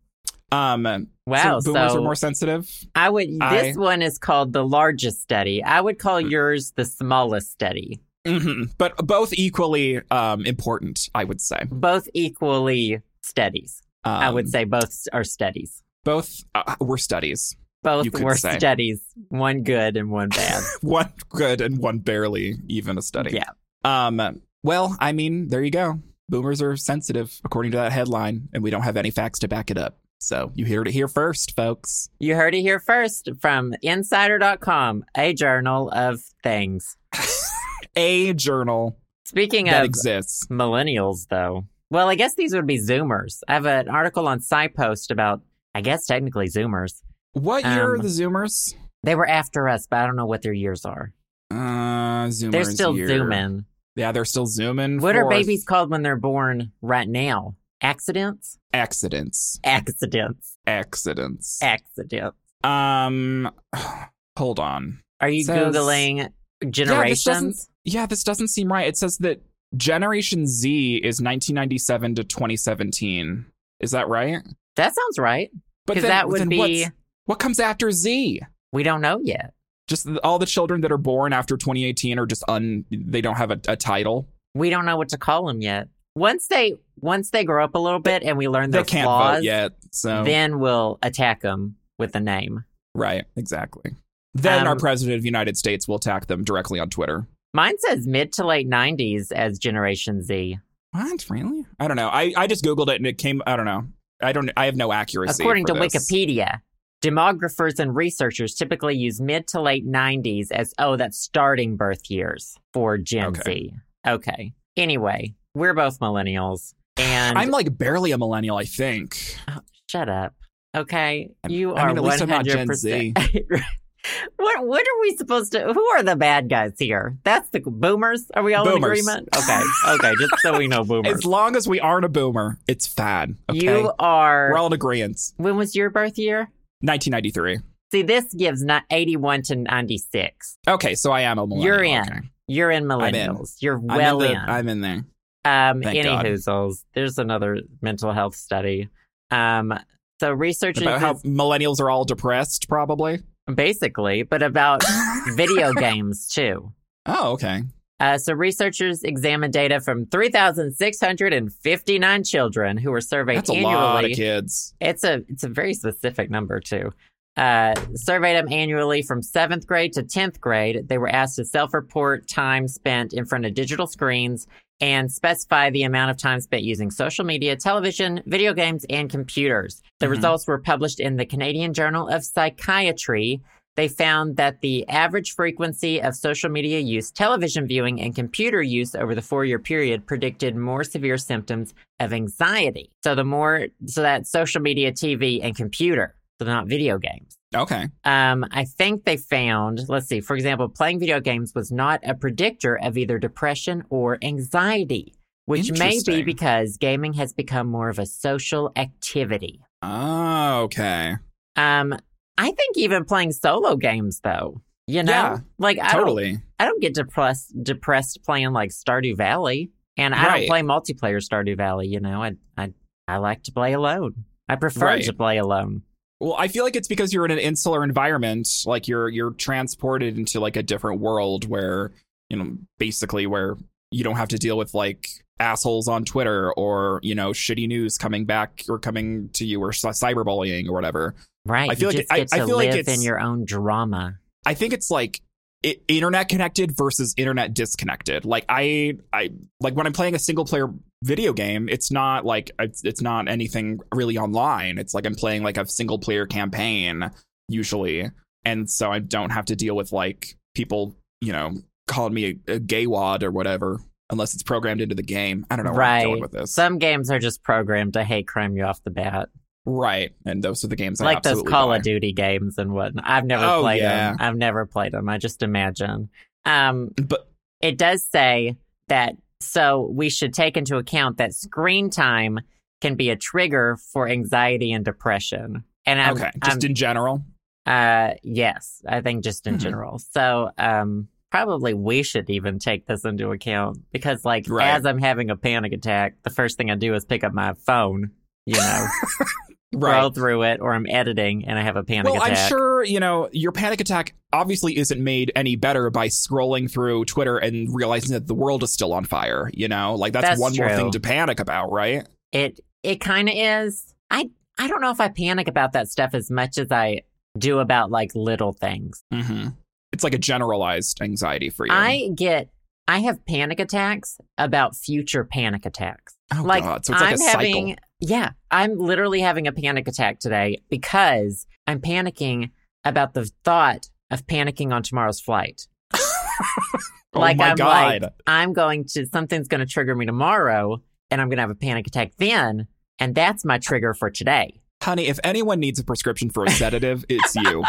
B: Um,
A: Wow,
B: so boomers
A: so
B: are more sensitive.
A: I would.
B: I- Mm.
A: this one is called the largest study. I would call yours the smallest study. Mm-hmm.
B: hmm But both equally um, important, I would say.
A: Both equally studies. I would
B: Um,
A: say both are studies.
B: both uh, were studies.
A: Both
B: you could
A: were
B: say.
A: studies. One good and one bad.
B: One good and one barely even a study.
A: yeah.
B: Um, well, I mean, there you go. Boomers are sensitive, according to that headline, and we don't have any facts to back it up. So you heard it here first, folks.
A: You heard it here first from insider.com, a journal of things.
B: A journal
A: Speaking
B: that
A: of
B: exists.
A: millennials, though, well, I guess these would be Zoomers. I have an article on SciPost about, I guess, technically Zoomers.
B: What year are
A: um,
B: the Zoomers?
A: They were after us, but I don't know what their years are.
B: Uh, Zoomers.
A: they're still
B: year.
A: Zooming.
B: Yeah, they're still zooming.
A: What are
B: for
A: babies called when they're born right now? Accidents?
B: Accidents.
A: Accidents.
B: Accidents.
A: Accidents.
B: um, hold on.
A: Are you
B: Says-
A: Googling
B: doesn't-
A: generations?
B: Yeah, this doesn't seem right. It says that Generation Z is 1997 to 2017. Is that right?
A: that sounds right.
B: But
A: 'Cause
B: then,
A: that would
B: then
A: be-
B: what's- what comes after Z?
A: We don't know yet.
B: Just th- all the children that are born after 2018 are just un. They don't have a, a title.
A: We don't know what to call them yet. Once they once they grow up a little bit and we learn
B: They
A: their
B: can't
A: flaws,
B: vote yet. So
A: then we'll attack them with a name.
B: right, exactly. Then our
A: Um,
B: president of the United States will attack them directly on Twitter.
A: Mine says mid to late nineties as Generation Z.
B: What really? I don't know. I I just googled it and it came. I don't know. I don't. I have no accuracy.
A: According
B: for
A: to
B: this.
A: Wikipedia, demographers and researchers typically use mid to late 90s as, oh, that's starting birth years for Gen
B: Okay.
A: Z. Okay. Anyway, we're both millennials. And
B: I'm like barely a millennial. I think.
A: shut up. Okay.
B: I'm-
A: You
B: I
A: are
B: mean, at
A: 100%.
B: least I'm not Gen
A: what, what are we supposed to? Who are the bad guys here? That's the boomers. Are we all in
B: Boomers.
A: agreement? Okay. Okay. Just so we know, boomers.
B: As long as we aren't a boomer, it's fine. Okay,
A: You are.
B: we're all in agreement.
A: when was your birth year?
B: 1993.
A: See, this gives not 81 to 96.
B: Okay, so I am a millennial.
A: You're in.
B: Okay.
A: You're in
B: in.
A: millennials. You're
B: I'm
A: well
B: in
A: in.
B: the- I'm in there.
A: um,
B: Thank
A: any
B: God.
A: hoozles. There's another mental health study. Um, so researchers
B: About how millennials are all depressed, probably.
A: basically, but about video games too.
B: Oh, okay.
A: Uh, so researchers examined data from 3,659 children who were surveyed
B: That's a
A: annually.
B: lot of kids.
A: It's a it's a very specific number too. Uh, surveyed them annually from seventh grade to tenth grade. They were asked to self-report time spent in front of digital screens and specify the amount of time spent using social media, television, video games, and computers. The
B: Mhm.
A: results were published in the Canadian Journal of Psychiatry. They found that the average frequency of social media use, television viewing, and computer use over the four year period predicted more severe symptoms of anxiety. So the more, so that social media, TV, and computer, so not video games.
B: Okay.
A: Um, I think they found, let's see, for example, playing video games was not a predictor of either depression or anxiety, which may be
B: Interesting.
A: because gaming has become more of a social activity.
B: Oh, okay.
A: Um, I think even playing solo games, though, you know,
B: Yeah,
A: like I don't,
B: Totally.
A: I don't get depressed depressed playing like Stardew Valley, and I
B: Right.
A: don't play multiplayer Stardew Valley. You know, I I I like to play alone. I prefer
B: Right.
A: to play alone.
B: Well, I feel like it's because you're in an insular environment, like you're you're transported into like a different world where, you know, basically where you don't have to deal with like assholes on Twitter or, you know, shitty news coming back or coming to you or c- cyberbullying or whatever.
A: Right.
B: I feel
A: you
B: like
A: just
B: it- I-
A: get
B: I
A: to
B: feel like
A: live
B: it's-
A: in your own drama.
B: I think it's like i internet connected versus internet disconnected. Like I, I like when I'm playing a single player video game, it's not like it's, it's not anything really online. It's like I'm playing like a single player campaign usually, and so I don't have to deal with like people, you know, calling me a, a gay wad or whatever, unless it's programmed into the game. I don't know where I'm going
A: Right.
B: with this.
A: Some games are just programmed to hate crime you off the bat,
B: right, and those are the games I
A: like those
B: absolutely
A: Call
B: buy.
A: of Duty games and whatnot. I've never
B: Oh,
A: played
B: yeah.
A: them. I've never played them. I just imagine. Um,
B: But
A: it does say that so we should take into account that screen time can be a trigger for anxiety and depression. And I'm,
B: okay,
A: I'm
B: just in general.
A: Uh, yes, I think just in
B: Mhm.
A: general. So, um, probably we should even take this into account because, like,
B: Right.
A: as I'm having a panic attack, the first thing I do is pick up my phone, you know, scroll through it, or I'm editing and I have a panic
B: well,
A: attack.
B: I'm sure, you know, your panic attack obviously isn't made any better by scrolling through Twitter and realizing that the world is still on fire, you know? Like that's,
A: That's
B: one more
A: true.
B: thing to panic about, right?
A: It it kind of is. I I don't know if I panic about that stuff as much as I do about like little things.
B: Mm-hmm. It's like a generalized anxiety for you.
A: I get I have panic attacks about future panic attacks.
B: oh
A: like,
B: god, so it's like
A: I'm
B: a cycle.
A: having, yeah, I'm literally having a panic attack today because I'm panicking about the thought of panicking on tomorrow's flight.
B: oh
A: like,
B: my
A: I'm
B: god.
A: like- I'm going to, something's going to trigger me tomorrow and I'm going to have a panic attack then. And that's my trigger for today.
B: Honey, if anyone needs a prescription for a sedative, it's you.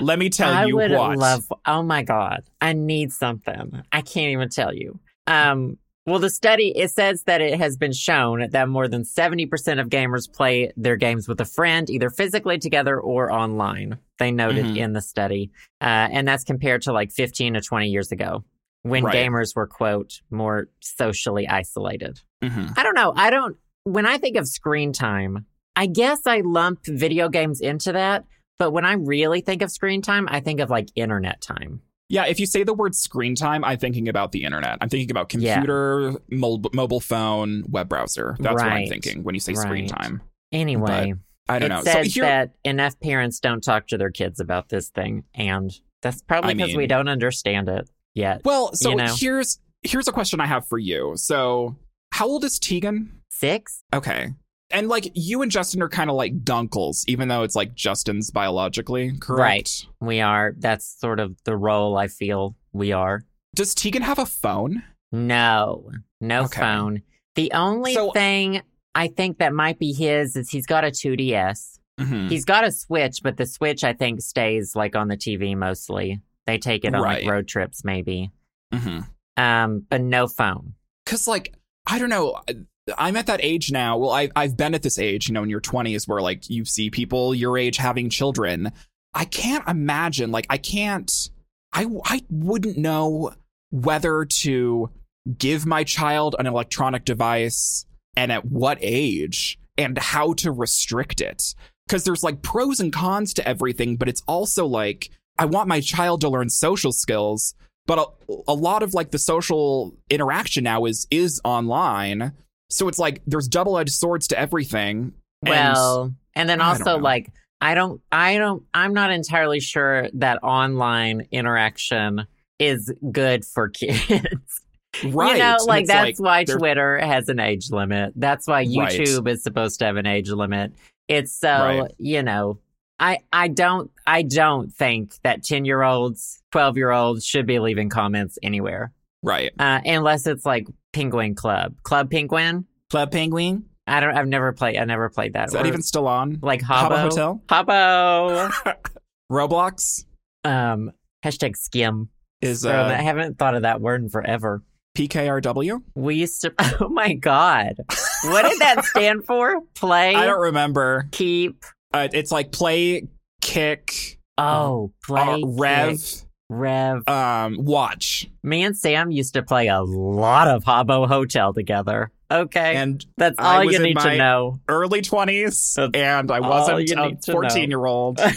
B: Let me tell
A: I
B: you
A: would
B: what.
A: love, oh my God, I need something. I can't even tell you. Um, well, the study, it says that it has been shown that more than 70% of gamers play their games with a friend, either physically together or online. They noted
B: Mhm.
A: in the study. Uh, and that's compared to like 15 to 20 years ago when
B: Right.
A: gamers were, quote, more socially isolated.
B: Mhm.
A: I don't know. I don't. When I think of screen time, I guess I lump video games into that. But when I really think of screen time, I think of like internet time.
B: Yeah, if you say the word screen time, I'm thinking about the internet. I'm thinking about
A: Yeah.
B: computer, mob- mobile phone, web browser. That's what I'm
A: Right.
B: thinking when you say screen
A: Right.
B: time.
A: Anyway,
B: I
A: it
B: don't know.
A: says
B: here-
A: that enough parents don't talk to their kids about this thing, and that's probably
B: I
A: because we
B: mean-
A: don't understand it yet.
B: Well, so
A: you know?
B: here's here's a question I have for you. So, how old is Tegan?
A: Six?
B: Okay. And like you and Justin are kind of like dunkles, even though it's like Justin's biologically correct.
A: Right. We are. That's sort of the role I feel we are.
B: Does Tegan have a phone?
A: No, no
B: Okay.
A: phone. The only
B: So-
A: thing I think that might be his is he's got a 2DS.
B: Mm-hmm.
A: He's got a Switch, but the Switch I think stays like on the TV mostly. They take it on
B: Right.
A: like road trips maybe.
B: Mm-hmm.
A: Um, but no phone.
B: Cause like I don't know. I'm at that age now. Well, I I've been at this age, you know, in your 20s, where like you see people your age having children. I can't imagine. Like I can't. I I wouldn't know whether to give my child an electronic device and at what age and how to restrict it. Because there's like pros and cons to everything, but it's also like I want my child to learn social skills, but a, a lot of like the social interaction now is is online. So it's like there's double edged swords to everything. And-
A: Well, and then
B: I don't
A: also
B: know.
A: like I don't I don't I'm not entirely sure that online interaction is good for kids.
B: right?
A: You know,
B: And
A: like
B: it's
A: that's why
B: they're-
A: Twitter has an age limit. That's why
B: Right.
A: YouTube is supposed to have an age limit. It's so
B: Right.
A: you know, I I don't I don't think that ten year olds, twelve year olds should be leaving comments anywhere,
B: right.
A: uh, unless it's like Penguin Club, Club Penguin.
B: Club Penguin
A: I don't. I've never played. I never played that.
B: is that
A: Or,
B: even still on?
A: like
B: Habbo
A: Hobo?
B: Hotel,
A: Hobo.
B: Roblox
A: um. Hashtag skim.
B: is
A: Bro, I
B: uh,
A: haven't thought of that word in forever.
B: PKRW.
A: We used to. Oh my god. What did that stand for? Play.
B: I don't remember.
A: keep.
B: Uh, it's like play, kick,
A: Oh, play
B: uh, rev,
A: kick, rev.
B: um, watch,
A: Me and Sam used to play a lot of Hobo Hotel together. Okay,
B: and
A: that's
B: I
A: all
B: was
A: you
B: in
A: need
B: my-
A: to know.
B: early twenties,
A: That's
B: and I
A: Oh, all
B: wasn't
A: you
B: a
A: need to know.
B: fourteen year old,
A: what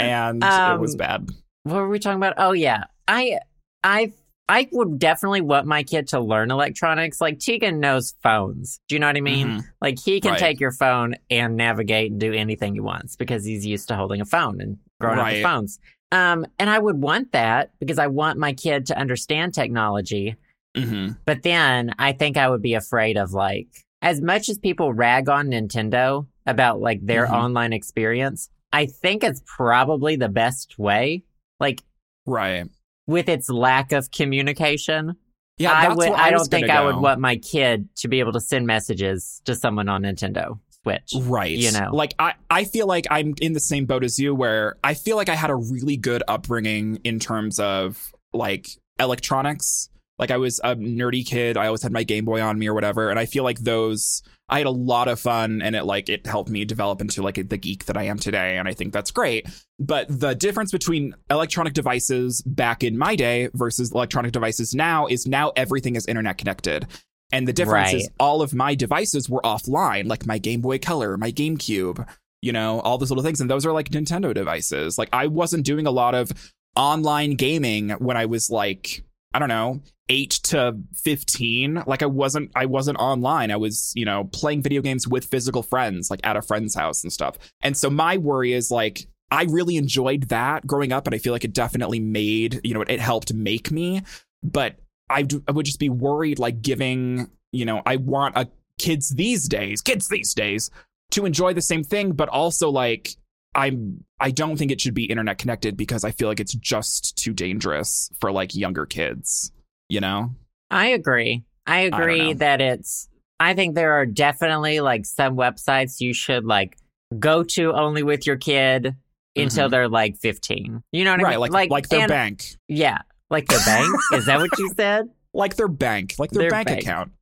B: and it was
A: Um,
B: bad.
A: were we talking about? Oh yeah, I I I would definitely want my kid to learn electronics. Like Tegan knows phones. Do you know what I mean?
B: Mhm.
A: Like he can
B: Right.
A: take your phone and navigate and do anything he wants because he's used to holding a phone and growing up with
B: Right.
A: phones. Um, and I would want that because I want my kid to understand technology.
B: Mhm.
A: But then I think I would be afraid of like as much as people rag on Nintendo about like their
B: Mhm.
A: online experience, I think it's probably the best way. Like
B: Right.
A: with its lack of communication.
B: Yeah,
A: I
B: that's
A: would.
B: where
A: I,
B: I, was
A: don't think
B: gonna
A: I would
B: go.
A: want my kid to be able to send messages to someone on Nintendo Switch.
B: Right.
A: you know.
B: Like I, I feel like I'm in the same boat as you where I feel like I had a really good upbringing in terms of like electronics. Like I was a nerdy kid. I always had my Game Boy on me or whatever. And I feel like those I had a lot of fun and it like it helped me develop into like the geek that I am today. And I think that's great. But the difference between electronic devices back in my day versus electronic devices now is now everything is internet connected. And the difference is
A: Right.
B: all of my devices were offline, like my Game Boy Color, my GameCube, you know, all those little things. And those are like Nintendo devices. Like I wasn't doing a lot of online gaming when I was like, I don't know, eight to fifteen. Like I wasn't I wasn't online. I was, you know, playing video games with physical friends, like at a friend's house and stuff. And so my worry is like I really enjoyed that growing up, and I feel like it definitely made, you know, it, it helped make me. But I, d- I would just be worried, like giving, you know, I want a kids these days, kids these days, to enjoy the same thing, but also like I'm, I don't think it should be internet connected because I feel like it's just too dangerous for like younger kids, you know?
A: I agree. I
B: don't
A: agree
B: know.
A: that it's. I think there are definitely like some websites you should like go to only with your kid until
B: Mhm.
A: they're like fifteen. You know what I
B: Right,
A: mean?
B: like like, their
A: and-
B: bank,
A: Yeah, like their bank. Is that what you said?
B: like their bank, like their,
A: Their
B: bank,
A: bank.
B: account.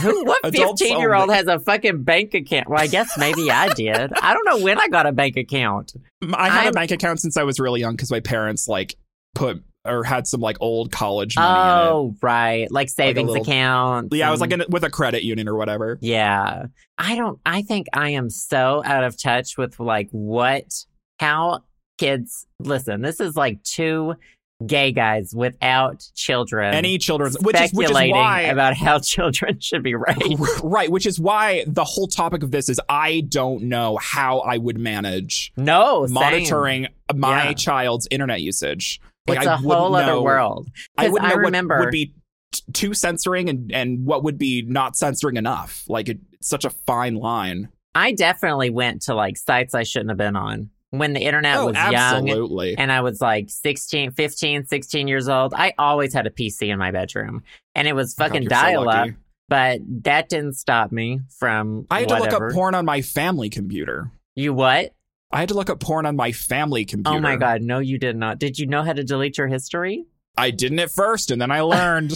A: Who? What
B: Adults
A: fifteen-year-old has a fucking bank account? Well, I guess maybe I did. I don't know when I got a bank account.
B: I had
A: I'm-
B: a bank account since I was really young because my parents like put or had some like old college money. in it.
A: Oh, Mm. right, like savings
B: little-
A: account.
B: Yeah, I was like in, with a credit union or whatever.
A: Yeah. I don't I think I am so out of touch with like what how kids listen, this is like two gay guys without children
B: Any children's, which is which is
A: speculating
B: why,
A: about how children should be raised.
B: right? Which is why the whole topic of this is I don't know how I would manage
A: No, same.
B: monitoring my
A: Yeah.
B: child's internet usage.
A: It's
B: I
A: a
B: wouldn't
A: whole other
B: know-
A: world.
B: I
A: 'Cause
B: wouldn't
A: I
B: know what
A: remember-
B: would be t- too censoring and and what would be not censoring enough. Like it, it's such a fine line.
A: I definitely went to like sites I shouldn't have been on when the internet
B: oh,
A: was young
B: absolutely.
A: and I was like 16, 15, 16 years old. I always had a PC in my bedroom and it was
B: Oh, God,
A: fucking
B: you're so
A: dial up.
B: lucky.
A: but that didn't stop me from
B: I had to
A: whatever.
B: look up porn on my family computer.
A: You what?
B: I had to look up porn on my family computer.
A: Oh my god, no, you did not. Did you know how to delete your history?
B: I didn't at first, and then I learned.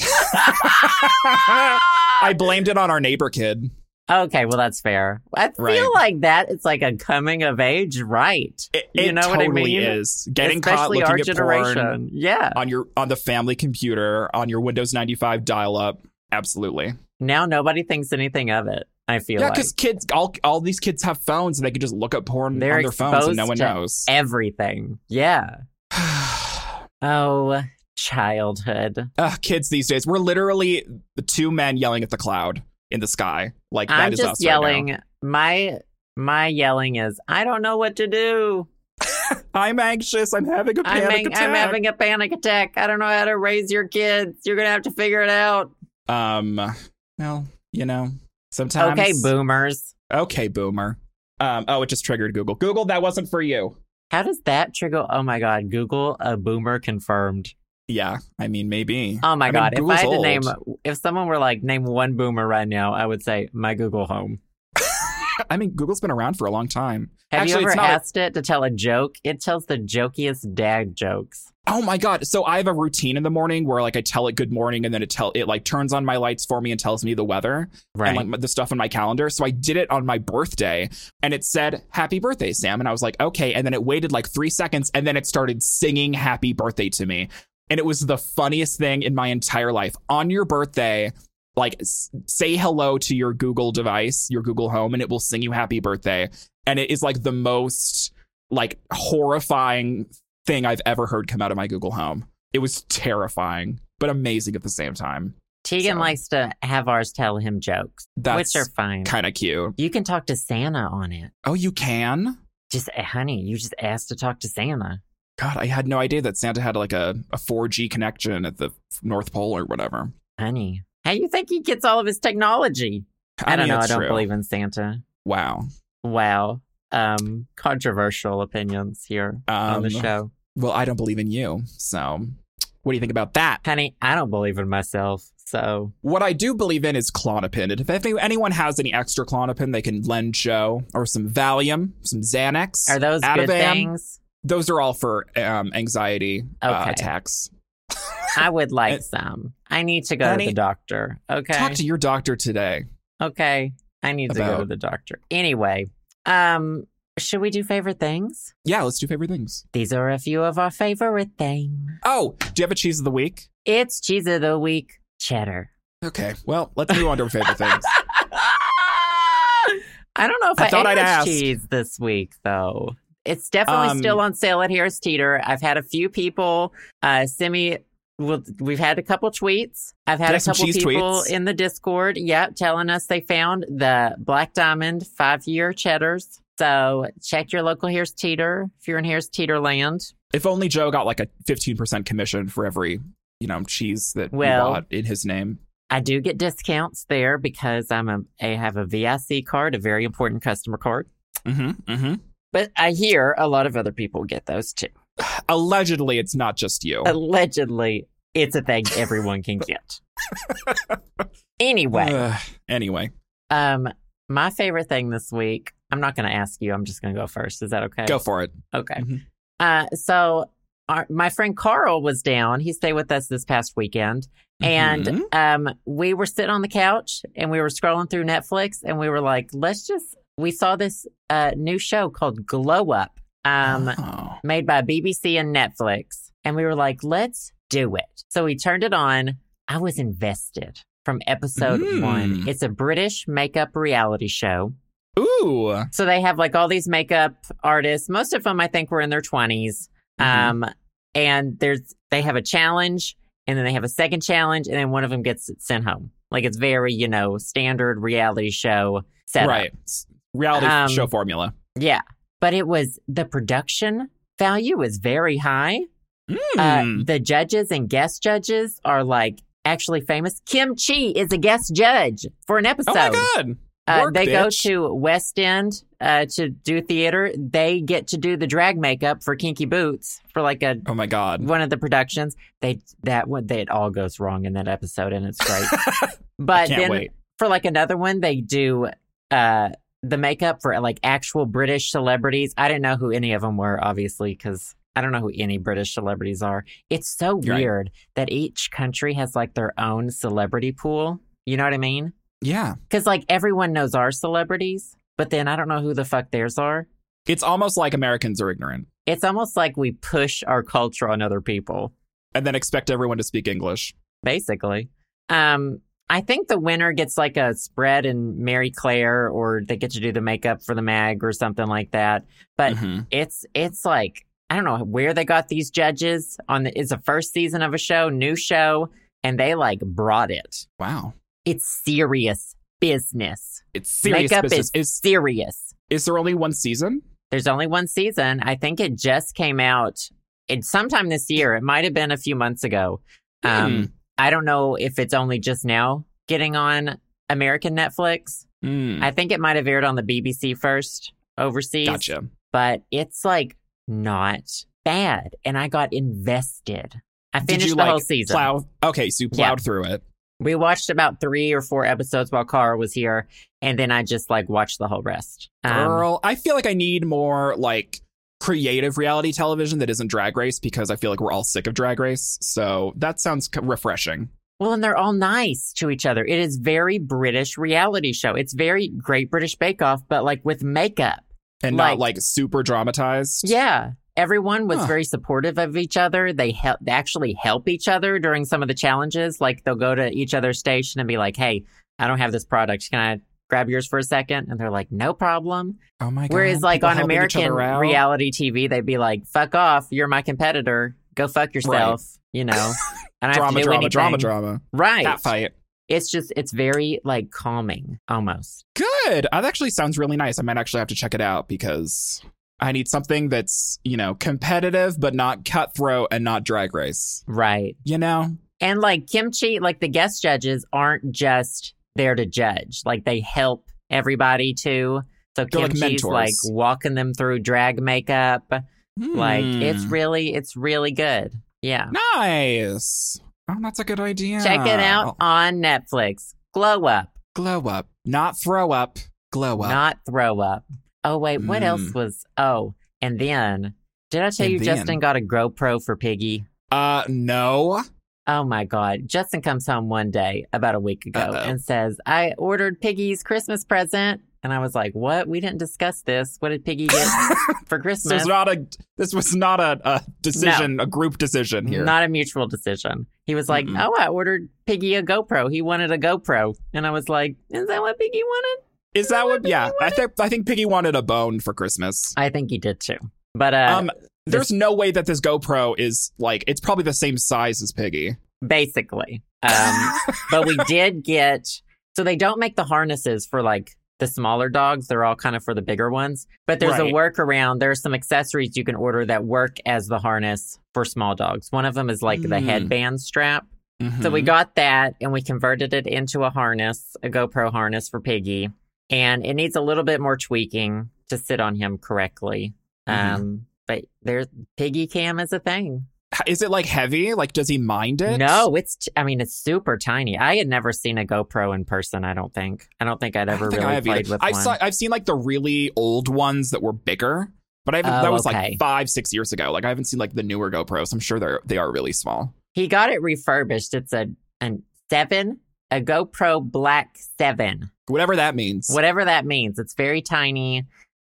B: I blamed it on our neighbor kid.
A: Okay, well that's fair. I feel
B: Right.
A: like that it's like a coming of age right.
B: It,
A: You
B: it
A: know what I
B: totally
A: mean?
B: is getting caught
A: Especially
B: looking
A: our
B: at porn
A: generation. Yeah.
B: on your on the family computer on your Windows ninety five dial up. Absolutely,
A: Now nobody thinks anything of it, I feel
B: yeah.
A: like.
B: Because kids, all all these kids have phones, and they can just look up porn
A: They're
B: on their phones, and no
A: exposed
B: one
A: to
B: knows.
A: Everything. Yeah. Oh, childhood.
B: Ugh, kids these days, we're literally the two men yelling at the cloud in the sky. Like that
A: I'm
B: is
A: just
B: us right now.
A: yelling. my my yelling is I don't know what to do.
B: I'm anxious. I'm having a panic
A: I'm, ang-
B: attack.
A: I'm having a panic attack. I don't know how to raise your kids. You're gonna have to figure it out.
B: Um, well, you know, sometimes.
A: Okay, boomers.
B: Okay, boomer. Um, oh, it just triggered Google. Google, that wasn't for you.
A: How does that trigger? Oh my god, Google a boomer confirmed.
B: Yeah, I mean, maybe.
A: Oh my
B: I mean,
A: god, if I
B: Google's
A: had to
B: old.
A: name, if someone were like name one boomer right now, I would say my Google Home.
B: I mean, Google's been around for a long time.
A: Have
B: Actually,
A: you
B: it's
A: ever
B: not a-
A: asked it to tell a joke? It tells the jokiest dad jokes.
B: Oh my god! So I have a routine in the morning where like I tell it good morning, and then it tell it like turns on my lights for me and tells me the weather
A: Right.
B: and like the stuff on my calendar. So I did it on my birthday, and it said "Happy Birthday, Sam," and I was like, "Okay." And then it waited like three seconds, and then it started singing "Happy Birthday" to me, and it was the funniest thing in my entire life. On your birthday, like s- say hello to your Google device, your Google Home, and it will sing you "Happy Birthday," and it is like the most like horrifying thing I've ever heard come out of my Google Home. It was terrifying. but amazing at the same time.
A: Tegan
B: So.
A: likes to have ours tell him jokes,
B: That's
A: which are fine.
B: kind of cute.
A: You can talk to Santa on it.
B: Oh, you can?
A: Just, eh, honey, you just asked to talk to Santa.
B: God, I had no idea that Santa had like a, a 4G connection at the North Pole or whatever.
A: Honey, how you think he gets all of his technology? I,
B: mean,
A: don't know. I
B: it's
A: don't
B: true.
A: believe in Santa.
B: Wow.
A: Wow. Um, controversial opinions here on the
B: Um,
A: show.
B: Well, I don't believe in you. So, what do you think about that?
A: Honey, I don't believe in myself. So
B: What I do believe in is Clonopin. And if any- anyone has any extra Clonopin, they can lend Joe or some Valium, some Xanax.
A: are those
B: Ativan?
A: good things?
B: Those are all for um, anxiety uh,
A: Okay.
B: attacks.
A: I would like
B: Uh,
A: some. I need to go to
B: honey,
A: the doctor. Okay.
B: Talk to your doctor today.
A: okay. I need to go to
B: about-
A: the doctor. Anyway, um, should we do favorite things?
B: Yeah, let's do favorite things.
A: These are a few of our favorite things.
B: Oh, do you have a cheese of the week?
A: It's cheese of the week, cheddar.
B: Okay. Well, let's move on to our favorite things.
A: I don't know if I,
B: I thought
A: ate
B: I'd
A: much
B: ask.
A: cheese this week though. It's definitely
B: Um,
A: still on sale at Harris Teeter. I've had a few people uh, send me. Well, we've had a couple tweets. I've had a
B: Did I have some
A: couple
B: cheese
A: people
B: tweets?
A: in the Discord, yep, telling us they found the Black Diamond five year cheddars. So check your local Harris Teeter if you're in Harris Teeter land.
B: If only Joe got like a 15% commission for every, you know, cheese that we
A: Well-
B: bought in his name.
A: I do get discounts there because I'm a I have a VIC card, a very important customer card.
B: Mm-hmm. Mm-hmm.
A: But I hear a lot of other people get those too.
B: Allegedly, it's not just you.
A: Allegedly, it's a thing everyone can get. anyway,
B: Ugh, anyway,
A: um, my favorite thing this week. I'm not going to ask you. I'm just going to go first. Is that okay?
B: go for it.
A: Okay.
B: Mhm.
A: Uh, so our, my friend Carl was down. He stayed with us this past weekend. And um, we were sitting on the couch and we were scrolling through Netflix and we were like, let's just, we saw this uh, new show called Glow Up. Um,
B: Oh.
A: made by BBC and Netflix. And we were like, let's do it. So we turned it on. I was invested from episode
B: Mm.
A: one. It's a British makeup reality show.
B: Oh. Ooh.
A: So they have like all these makeup artists. Most of them, I think, were in their 20s.
B: Mhm.
A: Um, and there's, they have a challenge and then they have a second challenge. And then one of them gets sent home. Like it's very, you know, standard reality show setup.
B: right. S- Reality
A: Um,
B: show formula.
A: Yeah. But it was the production value is very high.
B: Mm.
A: Uh, the judges and guest judges are like actually famous. Kim Chi is a guest judge for an episode.
B: oh my god.
A: Uh,
B: Work,
A: they
B: bitch.
A: go to West End uh, to do theater. They get to do the drag makeup for Kinky Boots for like a
B: Oh my god.
A: one of the productions. They that one they, it all goes wrong in that episode and it's great. but
B: Can't
A: then
B: wait.
A: for like another one, they do uh, the makeup for like actual British celebrities. I didn't know who any of them were, obviously, because I don't know who any British celebrities are. It's so
B: You're right.
A: weird that each country has like their own celebrity pool. You know what I mean?
B: Yeah.
A: Because like everyone knows our celebrities, but then I don't know who the fuck theirs are.
B: It's almost like Americans are ignorant
A: It's almost like we push our culture on other people.
B: and then expect everyone to speak English.
A: basically. Um, I think the winner gets like a spread in Mary Claire, or they get to do the makeup for the mag or something like that. But
B: Mhm.
A: it's it's like I don't know where they got these judges on. The, it's the first season of a show, new show, and they like brought it.
B: Wow.
A: It's serious business.
B: It's serious
A: makeup
B: business.
A: is
B: Is
A: serious.
B: is there only one season?
A: There's only one season. I think it just came out. It sometime this year. It might have been a few months ago.
B: Hmm.
A: Um, I don't know if it's only just now getting on American Netflix.
B: Hmm. Mm.
A: I think it might have aired on the BBC first overseas,
B: Gotcha.
A: but it's like not bad. And I got invested. I
B: Did
A: finished
B: you
A: the
B: like
A: whole season.
B: plow? Okay, so you
A: Yeah.
B: plowed through it.
A: We watched about three or four episodes while Cara was here, and then I just like watched the whole rest. Um,
B: Girl, I feel like I need more like creative reality television that isn't Drag Race because I feel like we're all sick of Drag Race. So that sounds c- refreshing.
A: Well, and they're all nice to each other. It is very British reality show. It's very Great British Bake Off, but like with makeup.
B: and
A: Like-
B: not like super dramatized.
A: Yeah. Everyone was
B: Huh.
A: very supportive of each other. They help they actually help each other during some of the challenges. Like they'll go to each other's station and be like, "Hey, I don't have this product. Can I grab yours for a second? And they're like, "No problem."
B: Oh my god.
A: Whereas like
B: people
A: on
B: helping each
A: American
B: other out.
A: reality TV, they'd be like, "Fuck off. You're my competitor. go fuck yourself, you know. And I have
B: drama,
A: to do
B: drama,
A: anything.
B: drama, drama.
A: Right.
B: Cat fight.
A: It's just it's very like calming almost.
B: Good. That actually sounds really nice. I might actually have to check it out because I need something that's, you know, competitive but not cutthroat and not drag race.
A: Right.
B: You know?
A: And like kimchi, like the guest judges aren't just there to judge. Like they help everybody too. So
B: They're like
A: kimchi's
B: mentors.
A: like walking them through drag makeup. Like
B: Hmm.
A: it's really it's really good. Yeah.
B: nice. Oh, that's a good idea.
A: Check it
B: Oh.
A: out on Netflix. Glow up,
B: Glow up. Not throw up. Glow up.
A: not throw up. Oh wait, what else
B: Mm.
A: was oh, and then did I tell
B: And
A: you
B: then-
A: Justin got a GoPro for Piggy?
B: uh, no.
A: Oh my God. Justin comes home one day about a week ago
B: Uh-oh.
A: and says, I ordered Piggy's Christmas present. And I was like, What? We didn't discuss this. What did Piggy get for
B: This was
A: Christmas?
B: not a. This was not a, a decision, a group decision here.
A: Not a mutual decision. He was like,
B: Mm-mm.
A: Oh, I ordered Piggy a GoPro. He wanted a GoPro. And I was like, Is that what Piggy wanted?
B: Is that what? Yeah, I think I think Piggy wanted a bone for Christmas.
A: I think he did too. But uh,
B: um, there's no way that this GoPro is like it's probably the same size as Piggy.
A: basically. Um, but we did get so they don't make the harnesses for like the smaller dogs they're all kind of for the bigger ones but there's a
B: Right.
A: workaround there are some accessories you can order that work as the harness for small dogs one of them is like the
B: Mm.
A: headband strap so
B: mm-hmm.
A: we got that and we converted it into a harness a gopro harness for piggy and it needs a little bit more tweaking to sit on him correctly
B: Mhm.
A: um but there's piggy cam is a thing
B: Is it like heavy? Like, does he mind it?
A: no, it's. T- I mean, it's super tiny. I had never seen a GoPro in person. I don't think. I don't think I'd
B: I don't
A: ever
B: think
A: really
B: I have
A: played
B: either.
A: with
B: I've
A: one.
B: saw- I've seen like the really old ones that were bigger, but I haven't,
A: Oh,
B: that was
A: okay.
B: like five, six years ago. Like, I haven't seen like the newer GoPros. I'm sure they're they are really small.
A: He got it refurbished. It's a an seven, a GoPro Black Seven,
B: Whatever that means.
A: whatever that means. It's very tiny.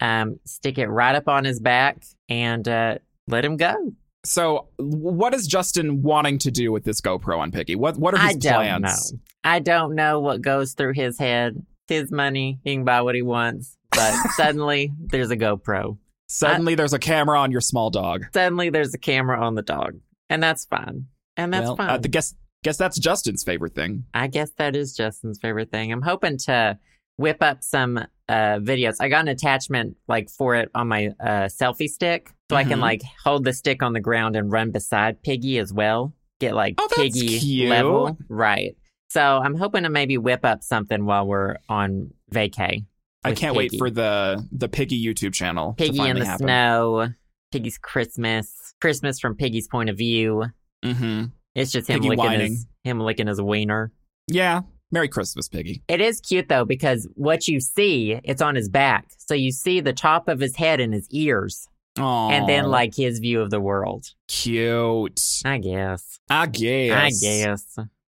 A: Um, stick it right up on his back and uh, let him go.
B: So, what is Justin wanting to do with this GoPro on Piggy? What What are his
A: I don't
B: plans?
A: know. I don't know what goes through his head. It's his money. He can buy what he wants. But suddenly, there's a GoPro.
B: Suddenly, there's a camera on your small dog.
A: Suddenly, there's a camera on the dog, and that's fine. And that's
B: well,
A: fine.
B: I th- guess guess that's Justin's favorite thing.
A: I guess that is Justin's favorite thing. I'm hoping to whip up some uh, videos. I got an attachment like for it on my uh, selfie stick, so I can
B: Mhm.
A: like hold the stick on the ground and run beside Piggy as well. Get like
B: Oh, that's
A: Piggy
B: cute.
A: level, right? So I'm hoping to maybe whip up something while we're on vacay.
B: I
A: with
B: can't wait
A: Piggy.
B: for the the Piggy YouTube channel. to
A: Piggy in
B: finally
A: the
B: happen.
A: snow, Piggy's Christmas, Christmas from Piggy's point of view.
B: Mm-hmm.
A: It's just him
B: Piggy
A: licking
B: whining.
A: his him licking his wiener.
B: Yeah. Merry Christmas, Piggy.
A: It is cute though because what you see, it's on his back. So you see the top of his head and his ears
B: Oh,
A: and then like his view of the world.
B: cute.
A: I guess.
B: I guess.
A: I guess.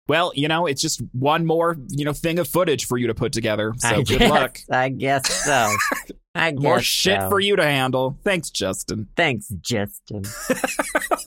B: Well, you know, it's just one more you know thing of footage for you to put together. So
A: I
B: good
A: guess.
B: luck.
A: I guess so. I guess
B: More shit
A: so.
B: for you to handle. Thanks, Justin.
A: Thanks, Justin.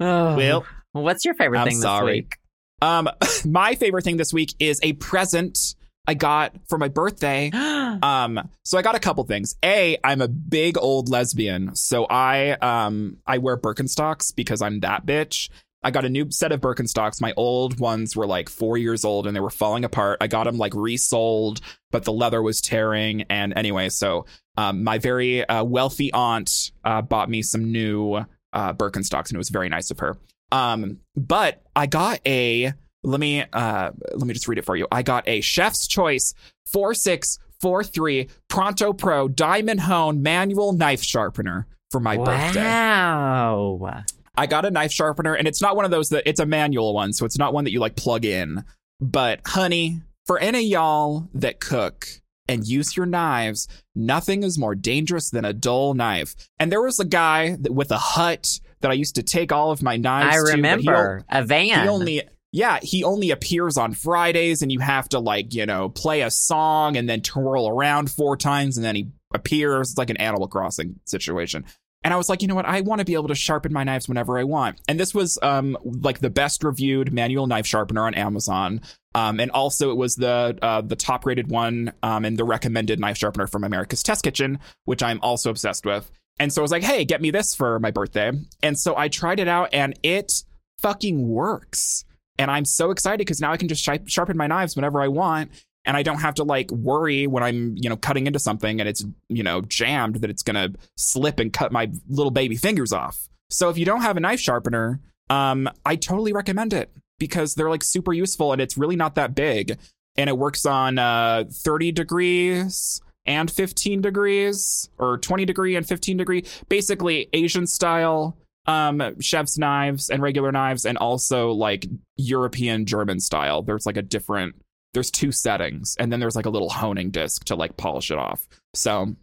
A: oh.
B: Well,
A: what's your favorite
B: I'm
A: thing
B: sorry.
A: this week?
B: Um, my favorite thing this week is a present I got for my birthday. Um, so I got a couple things. A, I'm a big old lesbian, so I um I wear Birkenstocks because I'm that bitch. I got a new set of Birkenstocks. My old ones were like four years old and they were falling apart. I got them like resold, but the leather was tearing. And anyway, so um, my very uh, wealthy aunt uh, bought me some new uh, Birkenstocks, and it was very nice of her. Um, but I got a let me uh, let me just read it for you. I got a Chef's Choice four six four three Pronto Pro Diamond Hone Manual Knife Sharpener for my birthday.
A: Wow.
B: I got a knife sharpener, and it's not one of those that it's a manual one, so it's not one that you like plug in. But honey, for any of y'all that cook and use your knives, nothing is more dangerous than a dull knife. And there was a guy that, with a hut that I used to take all of my knives.
A: I
B: to, but he al-
A: remember a
B: He,
A: van.
B: only. Yeah, he only appears on Fridays, and you have to like you know play a song and then twirl around four times, and then he appears. It's like an Animal Crossing situation. And I was like, you know what? I want to be able to sharpen my knives whenever I want. And this was um like the best reviewed manual knife sharpener on Amazon. Um, and also it was the uh, the top rated one um, and the recommended knife sharpener from America's Test Kitchen, which I'm also obsessed with. And so I was like, hey, get me this for my birthday. And so I tried it out and it fucking works. And I'm so excited because now I can just shi- sharpen my knives whenever I want. And I don't have to like worry when I'm, you know, cutting into something and it's, you know, jammed that it's going to slip and cut my little baby fingers off. So if you don't have a knife sharpener, um, I totally recommend it because they're like super useful and it's really not that big. And it works on uh, 30 degrees and 15 degrees or 20 degree and 15 degree basically asian style um chef's knives and regular knives and also like european german style there's like a different there's two settings and then there's like a little honing disc to like polish it off so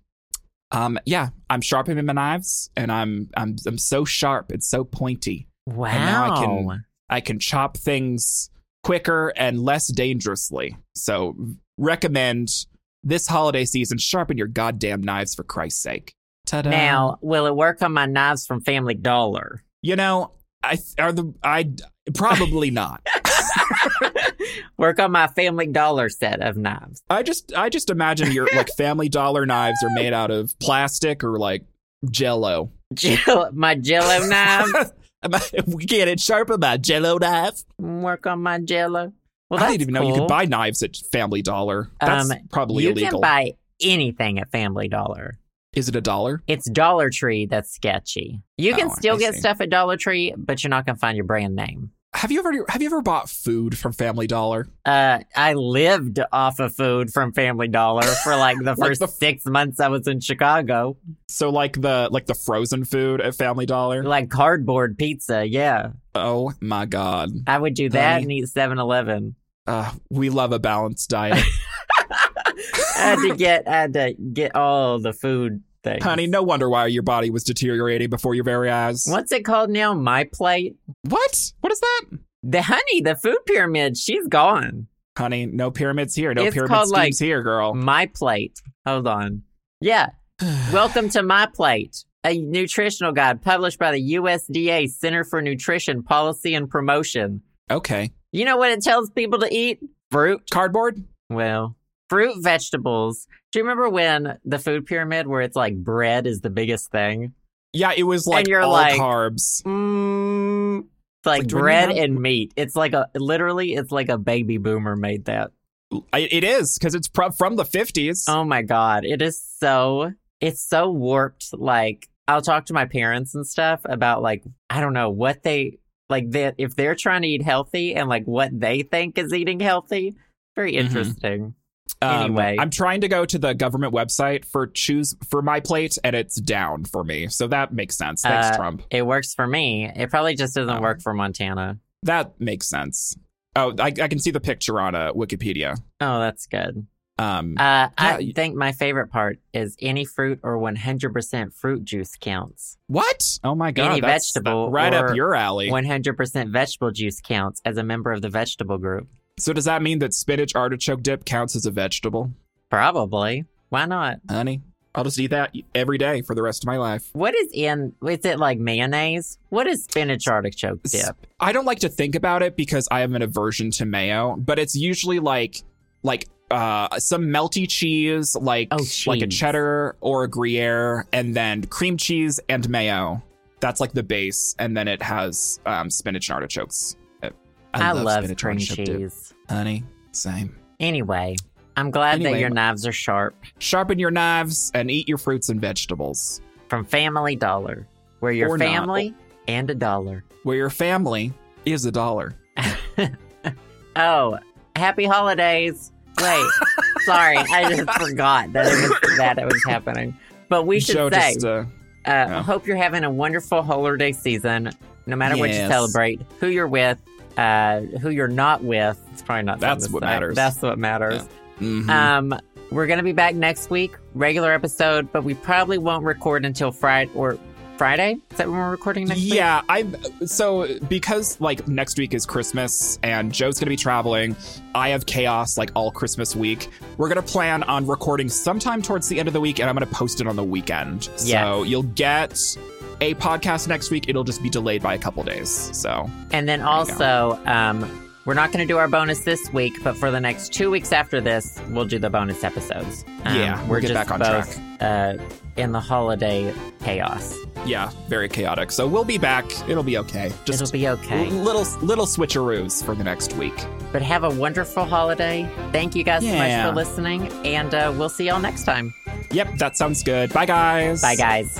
B: um yeah i'm sharpening my knives and i'm i'm i'm so sharp it's so pointy
A: Wow.
B: and now i can i can chop things quicker and less dangerously so recommend this holiday season, sharpen your goddamn knives for Christ's sake. Ta-da.
A: Now, will it work on my knives from Family Dollar?
B: you know, I th- are the I probably not.
A: Work on my Family Dollar set of knives.
B: I just I just imagine your like Family Dollar knives are made out of plastic or like Jello.
A: Jell- my Jello knife.
B: Am I- we can't it sharpen my Jello knife.
A: Work on my Jello. Well,
B: I
A: that's
B: didn't even know you
A: cool.
B: could buy knives at Family Dollar. That's
A: Um,
B: probably
A: You
B: illegal.
A: can buy anything at Family Dollar.
B: Is it a dollar?
A: It's Dollar Tree that's sketchy. You can
B: Oh,
A: still
B: I
A: get
B: see.
A: stuff at Dollar Tree, but you're not gonna find your brand name.
B: Have you ever have you ever bought food from Family Dollar?
A: Uh, I lived off of food from Family Dollar for like the
B: Like
A: first
B: the-
A: six months I was in Chicago.
B: So like the like the frozen food at Family Dollar.
A: Like cardboard pizza, yeah.
B: Oh my god.
A: I would do that
B: Honey.
A: and eat 7 Eleven.
B: Uh, we love a balanced diet.
A: I had to get I had to get all the food things.
B: Honey, no wonder why your body was deteriorating before your very eyes.
A: What's it called now? My plate?
B: What? What is that?
A: The honey, the food pyramid, she's gone.
B: Honey, no pyramids here. No
A: It's
B: pyramid
A: called,
B: schemes
A: like-
B: here, girl.
A: My plate. Hold on. Yeah. Welcome to My Plate, a nutritional guide published by the USDA Center for Nutrition Policy and Promotion.
B: okay.
A: You know what it tells people to eat? Fruit.
B: Cardboard?
A: Well, fruit, vegetables. Do you remember when the food pyramid, where it's like bread is the biggest thing?
B: Yeah, it was like
A: And you're
B: all
A: like-
B: carbs.
A: Mm, it's like,
B: like, do I need
A: bread
B: that?
A: and meat. It's like a literally, it's like a baby boomer made that.
B: I, it is because it's pro- from the fifties.
A: Oh my god, it is so it's so warped. Like I'll talk to my parents and stuff about like I don't know what they like that if they're trying to eat healthy and like what they think is eating healthy. Very
B: Mhm.
A: interesting. anyway.
B: Um, I'm trying to go to the government website for choose for my plate, and it's down for me. So that makes sense. Thanks,
A: Uh,
B: Trump.
A: It works for me. It probably just doesn't
B: Oh.
A: work for Montana.
B: That makes sense. Oh, I, I can see the picture on uh, Wikipedia.
A: Oh, that's good.
B: Um,
A: Uh,
B: Yeah,
A: I
B: you-
A: think my favorite part is any fruit or 100% fruit juice counts.
B: What? Oh my god!
A: Any
B: that's uh,
A: vegetable
B: right
A: or
B: up your alley.
A: 100% vegetable juice counts as a member of the vegetable group.
B: so does that mean that spinach artichoke dip counts as a vegetable,
A: Probably. Why not?
B: honey? I'll just eat that every day for the rest of my life.
A: What is in? Is it like mayonnaise? What is spinach artichoke dip?
B: I don't like to think about it because I have an aversion to mayo, but it's usually like like uh some melty cheese, like
A: Oh,
B: like a
A: cheese.
B: cheddar or a gruyere, and then cream cheese and mayo. That's like the base, and then it has um, spinach and artichokes. I,
A: I, love
B: spinach
A: cream
B: artichoke dip.
A: cheese.
B: honey. Same.
A: Anyway, I'm glad that
B: Anyway,
A: your
B: my-
A: knives are sharp.
B: sharpen your knives and eat your fruits and vegetables.
A: From Family Dollar, where your
B: Or not.
A: family and a dollar.
B: Where your family is a dollar.
A: Oh, happy holidays! Wait, sorry, I just forgot that it was that it was happening. But we should
B: so
A: say,
B: just uh,
A: uh,
B: yeah.
A: hope you're having a wonderful holiday season. No matter what you
B: Yes.
A: celebrate, who you're with, uh, who you're not with. It's probably not. something
B: That's
A: to
B: what
A: say.
B: matters.
A: That's what matters.
B: Yeah. mhm.
A: Um, we're gonna be back next week, regular episode, but we probably won't record until Friday or Friday. Is that when we're recording next week?
B: yeah, I so because like next week is Christmas and Joe's gonna be traveling, I have chaos like all Christmas week. We're gonna plan on recording sometime towards the end of the week, and I'm gonna post it on the weekend. So
A: Yes.
B: you'll get a podcast next week. It'll just be delayed by a couple days. So
A: And then
B: you
A: also, um, We're not going to do our bonus this week, but for the next two weeks after this, we'll do the bonus episodes. Um,
B: Yeah, we'll
A: we're
B: get
A: just
B: back on
A: both, Uh, in the holiday chaos.
B: Yeah, very chaotic. So we'll be back. It'll be okay. Just
A: It'll be okay.
B: l- little little switcheroos for the next week.
A: But have a wonderful holiday. Thank you guys
B: Yeah.
A: so much for listening, and uh, we'll see y'all next time.
B: Yep, that sounds good. Bye, guys.
A: Bye, guys.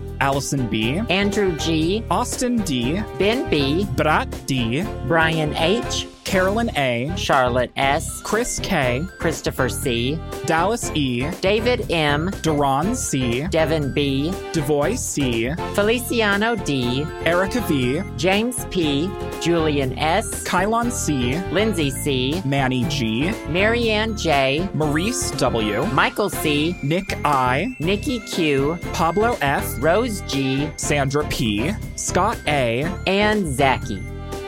B: Allison B,
A: Andrew G.,
B: Austin D,
A: Ben B.,
B: Brat D,
A: Brian H.,
B: Carolyn A,
A: Charlotte S.,
B: Chris K,
A: Christopher C.,
B: Dallas E,
A: David M.,
B: Duran C,
A: Devin B.,
B: Devoy C,
A: Feliciano D.,
B: Erica V,
A: James P., Julian S.,
B: Kylon C,
A: Lindsay C.,
B: Manny G,
A: Marianne J.,
B: Maurice W,
A: Michael C.,
B: Nick I,
A: Nikki Q,
B: Pablo F,
A: Rose G,
B: Sandra P, Scott A.
A: and Zachy.